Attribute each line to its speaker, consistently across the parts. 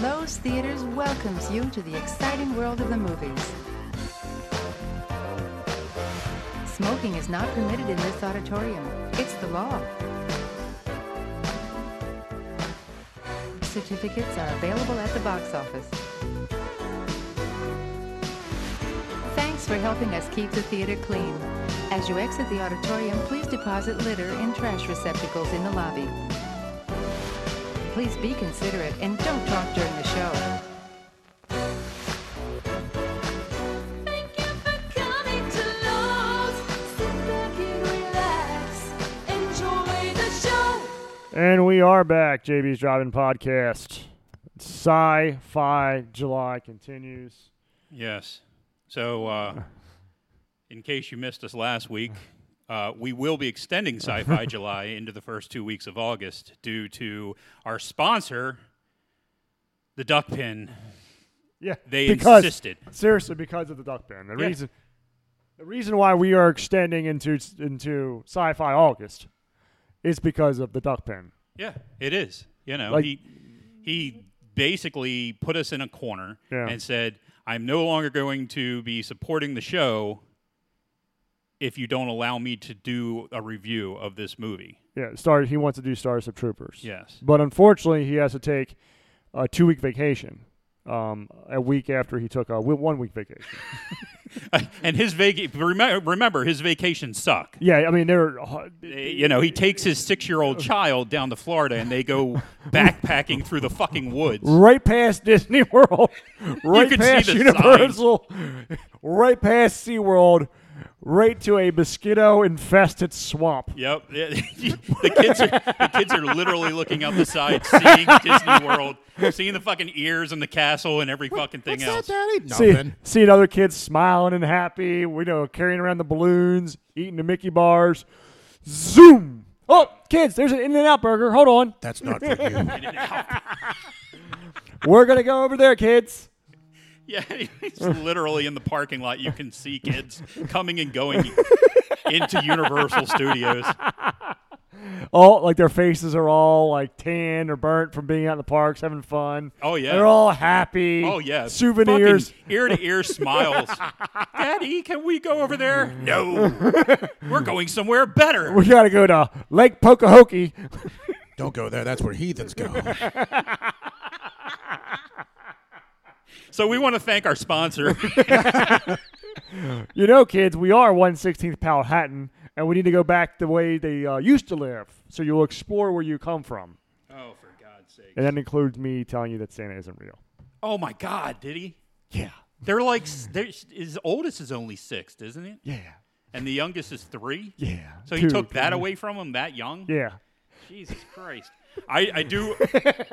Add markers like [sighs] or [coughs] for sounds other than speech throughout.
Speaker 1: Lowe's Theaters welcomes you to the exciting world of the movies. Smoking is not permitted in this auditorium. It's the law. Certificates are available at the box office. Thanks for helping us keep the theater clean. As you exit the auditorium, please deposit litter and trash receptacles in the lobby. Please be considerate and don't talk during the show.
Speaker 2: Thank you for coming to Lowe's. Sit back and relax. Enjoy the show.
Speaker 3: And we are back, JB's Driving Podcast. Sci Fi July continues.
Speaker 4: Yes. So, uh, in case you missed us last week, uh, we will be extending Sci
Speaker 3: [laughs]
Speaker 4: Fi July into the first two weeks of August due to our sponsor, the Duck Pin.
Speaker 3: Yeah.
Speaker 4: They
Speaker 3: because,
Speaker 4: insisted.
Speaker 3: Seriously, because of the duck ban. The
Speaker 4: Yeah.
Speaker 3: reason the reason why we are extending into into sci fi August is because of the duck pen.
Speaker 4: Yeah, it is. You know,
Speaker 3: Like-
Speaker 4: he he basically put us in a corner
Speaker 3: Yeah.
Speaker 4: and said, "I'm no longer going to be supporting the show if you don't allow me to do a review of this movie." [laughs]
Speaker 3: Yeah, Star he wants to do Starship Troopers.
Speaker 4: Yes.
Speaker 3: But unfortunately he has to take a two week vacation. Um, a week after he took a one week
Speaker 4: [laughs]
Speaker 3: vacation.
Speaker 4: and his vac- remember, remember his vacations suck.
Speaker 3: yeah, I mean they're uh,
Speaker 4: you know, he takes his six year
Speaker 5: [laughs]
Speaker 4: old child down to Florida and they go backpacking through the fucking woods.
Speaker 3: right past [laughs] Disney World, right
Speaker 4: can see
Speaker 3: past
Speaker 4: the
Speaker 3: Universal, [laughs] right past SeaWorld, right to a mosquito infested swamp.
Speaker 4: Yep. [laughs] the kids are the kids are literally looking out the side, seeing Disney World, seeing the fucking ears and the castle and every fucking thing
Speaker 5: What's
Speaker 4: else.
Speaker 5: that, Daddy?
Speaker 3: See,
Speaker 5: Nothing.
Speaker 3: seeing other kids smiling and happy, we know, carrying around the balloons, eating the Mickey bars. Zoom! Oh, kids, there's an In and Out burger. Hold on.
Speaker 5: That's not for you.
Speaker 3: [laughs] We're going to go over there, kids.
Speaker 4: Yeah, [laughs] it's literally in the parking lot. You can see kids coming and
Speaker 5: [laughs]
Speaker 4: going into Universal Studios.
Speaker 3: All Oh, like their faces are all like tan or burnt from being out in the parks having fun.
Speaker 4: Oh, yeah.
Speaker 3: They're all happy.
Speaker 4: Oh
Speaker 5: [laughs]
Speaker 4: yeah,
Speaker 3: Souvenirs.
Speaker 4: ear to ear smiles. Daddy, can we go over there?
Speaker 5: Mm.
Speaker 4: No, we're going somewhere better.
Speaker 3: We gotta go to Lake Pocahontas.
Speaker 5: Don't go there. That's where
Speaker 4: [laughs]
Speaker 5: heathens go.
Speaker 4: So we want to thank
Speaker 3: [laughs]
Speaker 4: our sponsor.
Speaker 3: You know, kids, we are one sixteenth Powhatan, and we need to go back the way they uh, used to live. So you'll explore where you come from,
Speaker 4: oh, for God's sake!
Speaker 3: and that includes me telling you that Santa isn't real.
Speaker 4: Oh my God, did he?
Speaker 3: Yeah,
Speaker 4: They're like s- they're, s- his oldest is only six, isn't it?
Speaker 3: yeah,
Speaker 4: And the youngest is three.
Speaker 3: yeah.
Speaker 4: So he
Speaker 3: Dude,
Speaker 4: took that away from him that young.
Speaker 3: Yeah,
Speaker 4: Jesus Christ. [laughs] I, I do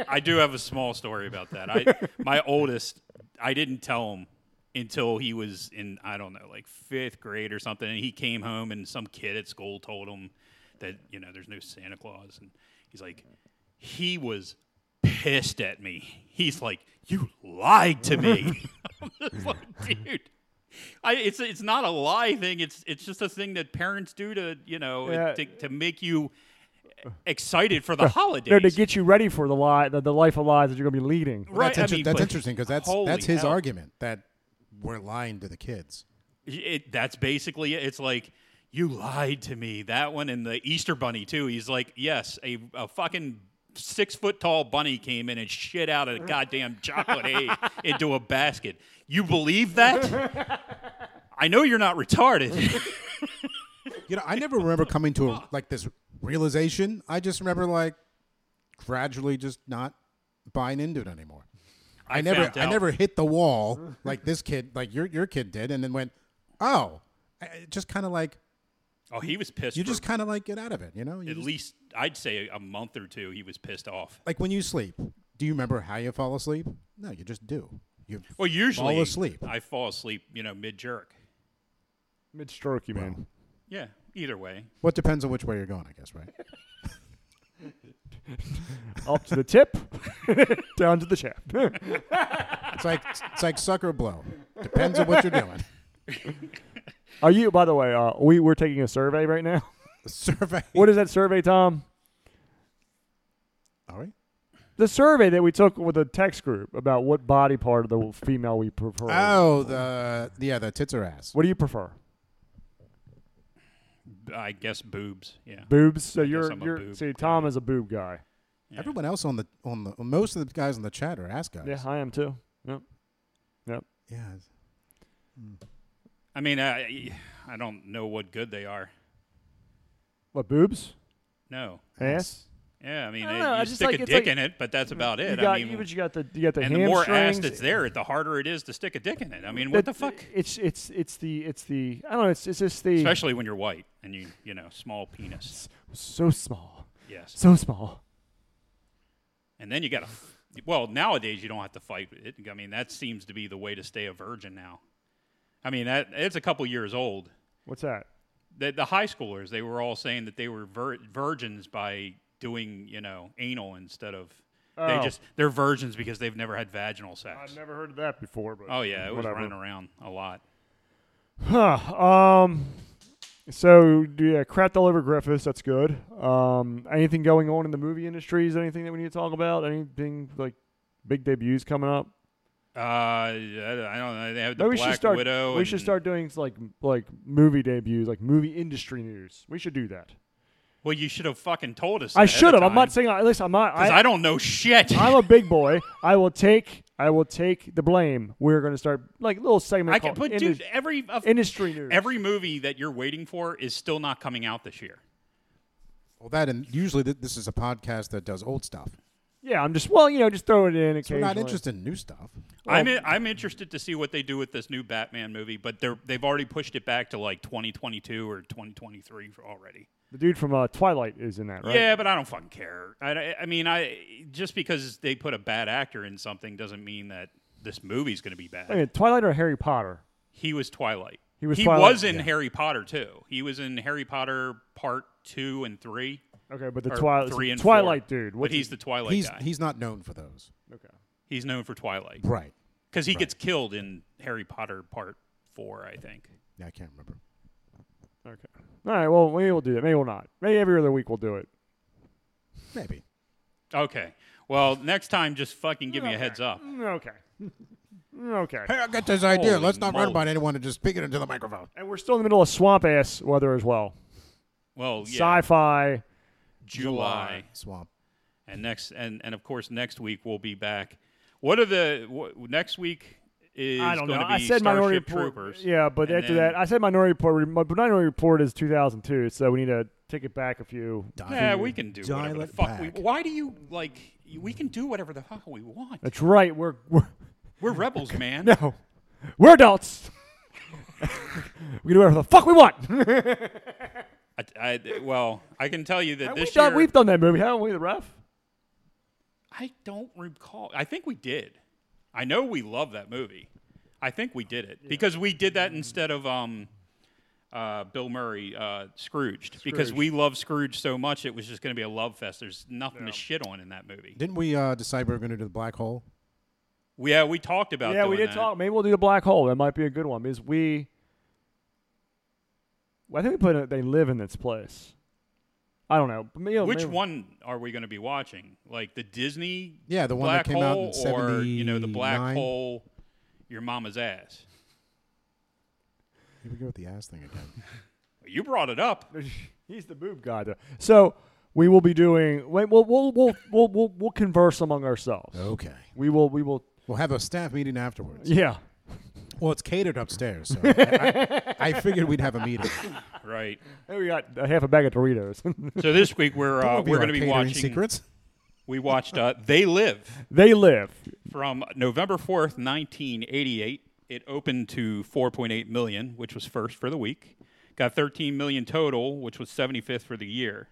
Speaker 4: I do have a small story about that. I [laughs] my oldest I didn't tell him until he was in I don't know like 5th grade or something and he came home and some kid at school told him that you know there's no Santa Claus and he's like he was pissed at me. He's like you lied to [laughs] me. I'm just like dude I, it's it's not a lie thing. It's it's just a thing that parents do to you know
Speaker 3: Yeah.
Speaker 4: to, to make you excited for
Speaker 5: Uh,
Speaker 4: the holidays.
Speaker 3: no, to get you ready for the lie, the, the life of lies that you're gonna be leading.
Speaker 4: right,
Speaker 5: That's, inter-
Speaker 4: I mean,
Speaker 5: that's
Speaker 4: but
Speaker 5: interesting because that's
Speaker 4: holy
Speaker 5: that's his
Speaker 4: hell.
Speaker 5: argument that we're lying to the kids.
Speaker 4: It, that's basically it. It's like you lied to me. That one and the Easter Bunny too. He's like, yes, a, a fucking six foot tall bunny came in and shit out a goddamn chocolate
Speaker 5: [laughs]
Speaker 4: egg into a basket. You believe that?
Speaker 5: [laughs]
Speaker 4: I know you're not retarded.
Speaker 5: You know, I never remember coming to a, like this realization. I just remember like gradually just not buying into it anymore. [laughs] I, never
Speaker 4: found
Speaker 5: I
Speaker 4: out.
Speaker 5: never hit the wall like this kid like your your kid did and then went, "Oh, I- I just kind of like
Speaker 4: oh, he was pissed.
Speaker 5: you
Speaker 4: for
Speaker 5: just kind of like get out of it, you know? You
Speaker 4: at
Speaker 5: just-
Speaker 4: least I'd say a month or two. He was pissed off.
Speaker 5: like when you sleep, do you remember how you fall asleep? No, you just do. You
Speaker 4: Well, usually
Speaker 5: fall asleep.
Speaker 4: I fall asleep, you know, mid jerk.
Speaker 3: Mid stroke, you man.
Speaker 4: Yeah, either way.
Speaker 5: What depends on which way you're going, I guess, right?
Speaker 3: Up to the tip, [laughs] down to the shaft.
Speaker 5: It's like it's like sucker blow. Depends on what you're doing.
Speaker 3: Are you? By the way, uh, we we're taking a survey right now. [laughs]
Speaker 5: Survey.
Speaker 3: What is that survey, Tom?
Speaker 5: All right.
Speaker 3: the survey that we took with a text group about what body part of the female we prefer.
Speaker 5: Oh, the yeah, the tits or ass.
Speaker 3: What do you prefer?
Speaker 4: I guess boobs. Yeah.
Speaker 3: Boobs. So you're
Speaker 4: I'm a
Speaker 3: you're
Speaker 4: boob
Speaker 3: see Tom is a boob guy.
Speaker 5: Everyone else on the on the most of the guys on the chat are ass guys.
Speaker 3: Yeah, I am too. Yep. Yep.
Speaker 5: Yeah.
Speaker 4: I mean, I, I don't know what good they are.
Speaker 3: What boobs?
Speaker 4: No.
Speaker 3: Ass.
Speaker 4: Yeah, I mean,
Speaker 3: I don't
Speaker 4: it-
Speaker 3: know, I
Speaker 4: you
Speaker 3: just
Speaker 4: stick
Speaker 3: like-
Speaker 4: a
Speaker 3: it's
Speaker 4: dick
Speaker 3: like-
Speaker 4: in it, but that's about
Speaker 3: You
Speaker 4: it.
Speaker 3: got
Speaker 4: I mean,
Speaker 3: you, but you got the you got the
Speaker 4: and the
Speaker 3: hamstrings.
Speaker 4: more ass that's there, the harder it is to stick a dick in it. I mean, what the
Speaker 3: That-
Speaker 4: fuck?
Speaker 3: It's it's it's the it's the I don't know. It's it's just the
Speaker 4: Especially when you're white and you you know small penis.
Speaker 3: so small,
Speaker 4: Yes,
Speaker 3: so small.
Speaker 4: and then you got to. Well, nowadays you don't have to fight with it. I mean, that seems to be the way to stay a virgin now. I mean, that it's a couple years old.
Speaker 3: What's that?
Speaker 4: The, the high schoolers they were all saying that they were vir- virgins by doing you know anal instead of they
Speaker 3: Oh.
Speaker 4: just they're virgins because they've never had vaginal sex.
Speaker 3: I've never heard of that before. But
Speaker 4: oh yeah, it was
Speaker 3: whatever.
Speaker 4: running around a lot.
Speaker 3: Huh. Um. So yeah, crapped all over Griffiths. That's good. Um. Anything going on in the movie industry? Is there anything that we need to talk about? Anything like big debuts coming up?
Speaker 4: Uh, I I don't know. They have the
Speaker 3: Maybe we
Speaker 4: Black
Speaker 3: should start.
Speaker 4: Widow.
Speaker 3: we should
Speaker 4: and-
Speaker 3: start doing like like movie debuts, like movie industry news. We should do that.
Speaker 4: Well, you should have fucking told us.
Speaker 3: I should have. I'm not saying. I- Listen, I'm not.
Speaker 4: because
Speaker 3: I,
Speaker 4: I, don't know shit.
Speaker 3: I'm a big boy. I will take. I will take the blame. We're going to start like little segment.
Speaker 4: [laughs] I can
Speaker 3: called
Speaker 4: put
Speaker 3: indus-
Speaker 4: dude every of-
Speaker 3: industry news.
Speaker 4: every movie that you're waiting for is still not coming out this year.
Speaker 5: Well, that and usually th- this is a podcast that does old stuff.
Speaker 3: yeah, I'm just well, you know, just throw it in.
Speaker 5: We're
Speaker 3: Occasionally.
Speaker 5: not interested in new stuff.
Speaker 4: I'm in, I'm interested to see what they do with this new Batman movie, but they're they've already pushed it back to like 2022 or 2023 already.
Speaker 3: The dude from uh, Twilight is in that, right?
Speaker 4: Yeah, but I don't fucking care. I- I, I mean, I just because they put a bad actor in something doesn't mean that this movie's going to be bad.
Speaker 3: Wait a minute, Twilight or Harry Potter?
Speaker 4: He was Twilight.
Speaker 3: He was Twilight,
Speaker 4: was in
Speaker 3: yeah.
Speaker 4: Harry Potter too. He was in Harry Potter Part Two and Three.
Speaker 3: Okay, but the
Speaker 4: or
Speaker 3: Twilight
Speaker 4: three and
Speaker 3: Twilight
Speaker 4: four.
Speaker 3: dude.
Speaker 4: But
Speaker 3: What's
Speaker 4: he's
Speaker 3: his-
Speaker 4: the Twilight
Speaker 5: he's
Speaker 4: guy. He's,
Speaker 5: he's not known for those.
Speaker 3: okay.
Speaker 4: known for Twilight
Speaker 5: Right.
Speaker 4: because he gets killed in Harry Potter Part Four, I think.
Speaker 5: Yeah, I can't remember.
Speaker 3: Okay. All right. Well, maybe we'll do that. Maybe we'll not. Maybe every other week we'll do it.
Speaker 5: Maybe.
Speaker 4: Okay. Well, next time, just fucking give me a heads up.
Speaker 3: Okay. [laughs] okay.
Speaker 5: Hey, I got this idea.
Speaker 4: Holy
Speaker 5: Let's not
Speaker 4: moly.
Speaker 5: run about anyone and just speak it into the microphone.
Speaker 3: And we're still in the middle of swamp ass weather as well.
Speaker 4: Well, yeah,
Speaker 3: Sci-fi.
Speaker 4: July,
Speaker 5: swamp.
Speaker 4: and next, and and of course, next week we'll be back. What are the what, next week? Is
Speaker 3: I don't know.
Speaker 4: gonna Be
Speaker 3: I said
Speaker 4: Starship
Speaker 3: Minority Report.
Speaker 4: Troopers.
Speaker 3: Yeah, but
Speaker 4: and
Speaker 3: after
Speaker 4: then-
Speaker 3: that, I said Minority Report. My Minority Report is 2002, so we need to take it back a few.
Speaker 4: Yeah, we can do
Speaker 5: dial
Speaker 4: whatever the
Speaker 5: it
Speaker 4: fuck
Speaker 5: back.
Speaker 4: we. Why do you like? We can do whatever the fuck we want.
Speaker 3: That's right. We're we're [laughs]
Speaker 4: We're rebels, man.
Speaker 3: no, we're adults. [laughs] we can do whatever the fuck we want.
Speaker 4: I, I- well, I can tell you
Speaker 3: [laughs]
Speaker 4: that
Speaker 3: we've,
Speaker 4: this
Speaker 3: done,
Speaker 4: year
Speaker 3: we've done that movie, haven't we? The ref.
Speaker 4: I don't recall. I think we did. I know we love that movie. I think we did it because we did
Speaker 3: Mm-hmm.
Speaker 4: that instead of um, uh, Bill Murray uh, Scrooged because we love Scrooge so much it was just going to be a love fest. There's nothing to shit on in that movie.
Speaker 5: Didn't we uh, decide we were going to do the black hole?
Speaker 4: We, yeah, we talked about.
Speaker 3: Yeah, we
Speaker 4: doing
Speaker 3: did
Speaker 4: that.
Speaker 3: talk. Maybe we'll do the black hole. That might be a good one. Is we? Well, I think we put it. They live in this place. I don't know. Maybe-
Speaker 4: Which
Speaker 3: maybe-
Speaker 4: one are we going to be watching? Like the Disney
Speaker 5: Yeah, the one
Speaker 4: black
Speaker 5: that came out in
Speaker 4: hole or you know the black
Speaker 5: 79?
Speaker 4: hole your mama's ass.
Speaker 5: Here we go with the ass thing
Speaker 3: [laughs]
Speaker 5: again.
Speaker 4: You brought it up.
Speaker 3: [laughs] He's the boob guy, though. So we will be doing. Wait, we'll we'll we'll we'll we'll, we'll converse among ourselves.
Speaker 5: okay.
Speaker 3: We will we will.
Speaker 5: We'll have a staff meeting afterwards.
Speaker 3: Yeah.
Speaker 5: Well, it's catered
Speaker 3: [laughs]
Speaker 5: upstairs, so I, I figured we'd have a
Speaker 4: [laughs]
Speaker 5: meeting.
Speaker 4: Right.
Speaker 3: Hey, we got a half a bag of Doritos. [laughs]
Speaker 4: So this week we're uh,
Speaker 5: Don't
Speaker 4: we're
Speaker 5: reveal
Speaker 4: going
Speaker 5: our
Speaker 4: to be
Speaker 5: catering
Speaker 4: watching.
Speaker 5: secrets.
Speaker 4: We watched uh, They Live
Speaker 3: they live.
Speaker 4: from November fourth, nineteen eighty eight. It opened to four point eight million, which was first for the week. Got thirteen million total, which was seventy fifth for the year.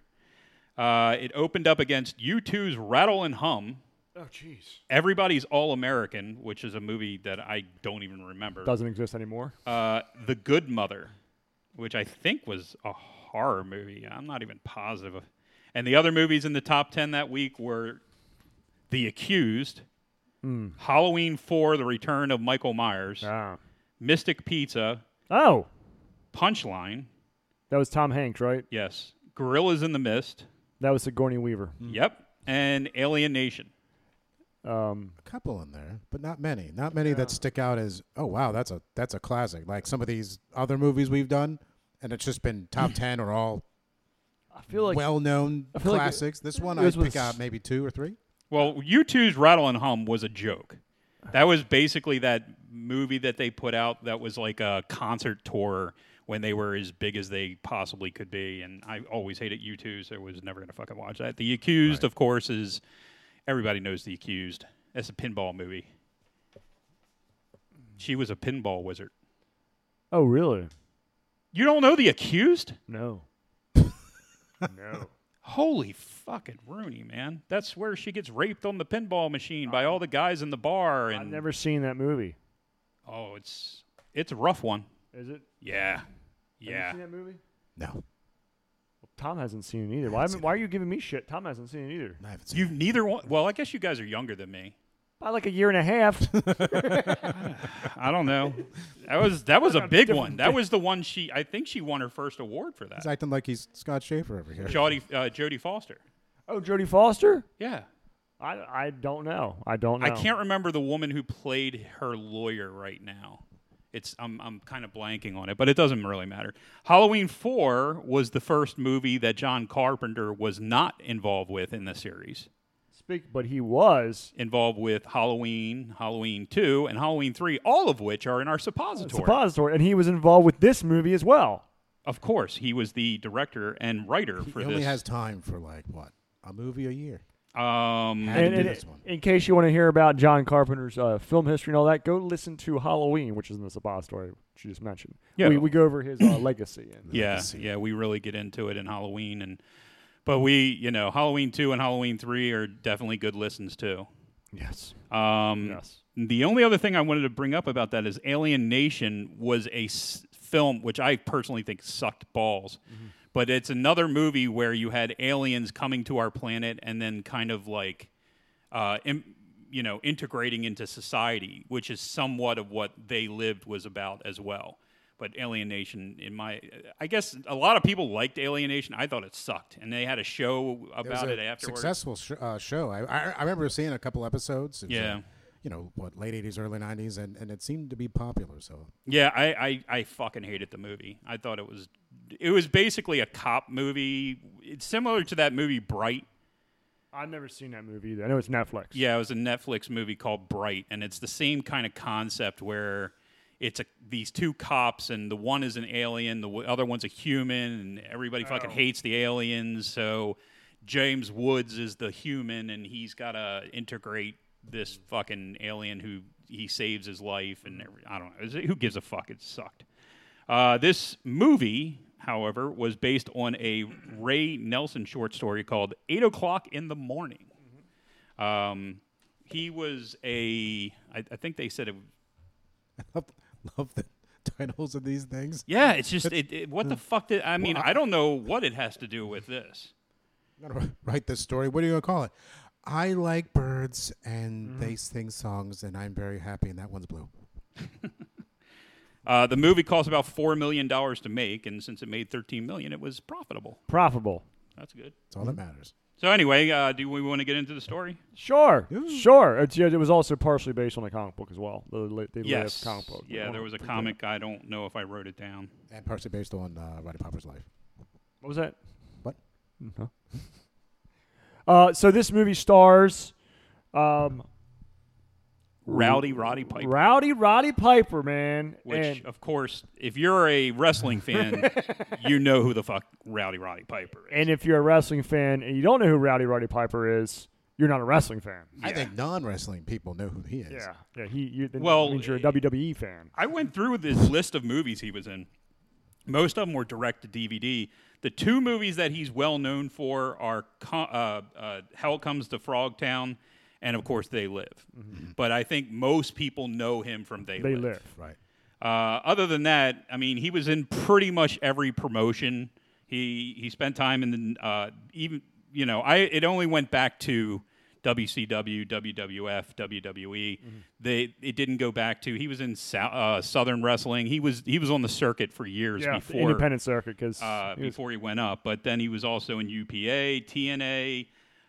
Speaker 4: Uh, it opened up against U2's Rattle and Hum.
Speaker 3: Oh jeez.
Speaker 4: Everybody's All American, which is a movie that I don't even remember.
Speaker 3: Doesn't exist anymore.
Speaker 4: Uh, the Good Mother, which I think was a horror movie. I'm not even positive. And the other movies in the top 10 that week were The Accused, Halloween 4, The Return of Michael Myers,
Speaker 3: Oh.
Speaker 4: Mystic Pizza,
Speaker 3: Oh,
Speaker 4: Punchline,
Speaker 3: that was Tom Hanks, right?
Speaker 4: yes, Gorillas in the Mist,
Speaker 3: That was Sigourney Weaver.
Speaker 4: yep, and Alien Nation.
Speaker 3: Um,
Speaker 5: a couple in there, but not many. Not many that stick out as oh wow, that's a that's a classic. Like some of these other movies we've done, and it's just been top ten or all
Speaker 3: I feel like
Speaker 5: well-known
Speaker 3: feel like it-
Speaker 5: classics. this one I
Speaker 3: this
Speaker 5: pick
Speaker 3: was-
Speaker 5: out maybe two or three.
Speaker 4: Well, U2's Rattle and Hum was a joke. That was basically that movie that they put out that was like a concert tour when they were as big as they possibly could be. And I always hated U2, so I was never going to fucking watch that. The Accused, of course, is everybody knows The Accused. That's a pinball movie. She was a pinball wizard.
Speaker 3: oh really?
Speaker 4: You don't know The Accused?
Speaker 3: No.
Speaker 4: [laughs]
Speaker 3: no.
Speaker 4: Holy fucking Rooney, man. That's where she gets raped on the pinball machine by all the guys in the bar. And
Speaker 3: I've never seen that movie.
Speaker 4: Oh, it's it's a rough one.
Speaker 3: Is it?
Speaker 4: Yeah,
Speaker 3: Have you
Speaker 4: yeah.
Speaker 3: seen that movie?
Speaker 5: No,
Speaker 3: Tom hasn't seen it either. Why, am- why are you giving me shit? Tom hasn't seen it either.
Speaker 5: I haven't seen.
Speaker 4: You've neither one. Well, I guess you guys are younger than me.
Speaker 3: By like a year and a half.
Speaker 4: [laughs] I don't know. That was that was a big
Speaker 3: different
Speaker 4: one. That was the one she. I think she won her first award for
Speaker 5: He's
Speaker 4: that.
Speaker 5: acting like he's Scott Schaefer over here.
Speaker 4: Jodie uh, Jodie Foster.
Speaker 3: oh, Jodie Foster?
Speaker 4: Yeah.
Speaker 3: I, I don't know. I don't know.
Speaker 4: I can't remember the woman who played her lawyer right now. It's I'm I'm kind of blanking on it, but it doesn't really matter. Halloween 4 was the first movie that John Carpenter was not involved with in the series.
Speaker 3: speak, but he was.
Speaker 4: involved with Halloween, Halloween 2, and Halloween 3, all of which are in our suppository.
Speaker 3: Suppository, and he was involved with this movie as well.
Speaker 4: of course, he was the director and writer
Speaker 5: He
Speaker 4: for
Speaker 5: only
Speaker 4: this.
Speaker 5: has time for like what a movie a year.
Speaker 4: um,
Speaker 5: Had
Speaker 3: And,
Speaker 5: to do
Speaker 3: and
Speaker 5: this one.
Speaker 3: in case you want to hear about John Carpenter's uh, film history and all that, go listen to Halloween, which is in the suppository she just mentioned.
Speaker 4: Yeah.
Speaker 3: We, we go over his uh, legacy. And,
Speaker 4: yeah, yeah, we really get into it in Halloween and but we, you know, Halloween 2 and Halloween 3 are definitely good listens too.
Speaker 3: Yes.
Speaker 4: Um,
Speaker 3: Yes.
Speaker 4: The only other thing I wanted to bring up about that is Alien Nation was a s- film which I personally think sucked balls.
Speaker 5: Mm-hmm.
Speaker 4: But it's another movie where you had aliens coming to our planet and then kind of like, uh, im- you know, integrating into society, which is somewhat of what they lived was about as well. But Alien Nation, in my, I guess a lot of people liked Alien Nation. I thought it sucked, and they had a show
Speaker 5: There was
Speaker 4: about it
Speaker 5: a
Speaker 4: afterwards.
Speaker 5: Successful sh- uh, show. I, I I remember seeing a couple episodes. It was, uh,
Speaker 4: Yeah.
Speaker 5: you know what, late '80s, early '90s, and and it seemed to be popular. So [laughs]
Speaker 4: Yeah, I, I, I fucking hated the movie. I thought it was it was basically a cop movie. It's similar to that movie Bright.
Speaker 3: I've never seen that movie either. I know it's Netflix.
Speaker 4: Yeah, it was a Netflix movie called Bright, and it's the same kind of concept where it's a, these two cops, and the one is an alien, the w- other one's a human, and everybody fucking hates the aliens. So James Woods is the human, and he's got to integrate this fucking alien who he saves his life, and every, I don't know. Is it- who gives a fuck? It sucked. Uh, this movie, however, was based on a Ray Nelson short story called Eight O'Clock in the Morning. Um, he was a. I, I think they said it.
Speaker 5: I love, love the [laughs] titles of these things.
Speaker 4: Yeah,
Speaker 3: Hmm.
Speaker 4: it's just it, it- what the fuck did I mean?
Speaker 5: Well, I-
Speaker 4: I, don't know what it has to do with this.
Speaker 5: I'm gonna write this story. What are you gonna call it? I like birds and
Speaker 4: Mm-hmm.
Speaker 5: they sing songs, and I'm very happy. And that one's blue.
Speaker 4: Uh, the movie cost about four million dollars to make, and since it made thirteen million, it was profitable.
Speaker 3: Profitable.
Speaker 4: That's good.
Speaker 5: That's all that
Speaker 4: Mm-hmm.
Speaker 5: matters.
Speaker 4: So anyway, uh, do we want to get into the story?
Speaker 3: Sure. Sure. It's, yeah, it was also partially based on a comic book as well. They, la- they laid out
Speaker 4: yes.
Speaker 3: the comic book.
Speaker 4: Yeah,
Speaker 3: One
Speaker 4: there
Speaker 3: of-
Speaker 4: was a comic. I don't know if I wrote it down.
Speaker 5: And partially based on uh, Roddy Piper's life.
Speaker 3: What was that?
Speaker 5: What?
Speaker 3: No. Uh, so this movie stars um,
Speaker 4: Rowdy Roddy Piper.
Speaker 3: Rowdy Roddy Piper, man.
Speaker 4: which,
Speaker 3: and,
Speaker 4: of course, if you're a
Speaker 3: [laughs]
Speaker 4: wrestling fan, you know who the fuck Rowdy Roddy Piper is.
Speaker 3: and if you're a wrestling fan and you don't know who Rowdy Roddy Piper is, you're not a wrestling fan.
Speaker 5: I think non-wrestling people know who he is.
Speaker 3: Yeah, yeah. He, you, then
Speaker 4: Well,
Speaker 3: that means you're a
Speaker 4: eh,
Speaker 3: WWE fan.
Speaker 4: I went through this list of movies he was in. Most of them were direct to DVD. The two movies that he's well known for are Co- uh, uh, Hell Comes to Frogtown and, of course, They Live. But I think most people know him from They,
Speaker 3: They live.
Speaker 5: Right.
Speaker 4: uh, other than that, I mean, he was in pretty much every promotion. He he spent time in the uh, even you know I it only went back to WCW, WWF, WWE. E.
Speaker 3: Mm-hmm.
Speaker 4: They it didn't go back to he was in sou- uh, Southern Wrestling. He was he was on the circuit for years
Speaker 3: Yeah, the
Speaker 4: before
Speaker 3: independent circuit because
Speaker 4: uh, before he went up. But then he was also in UPA, TNA,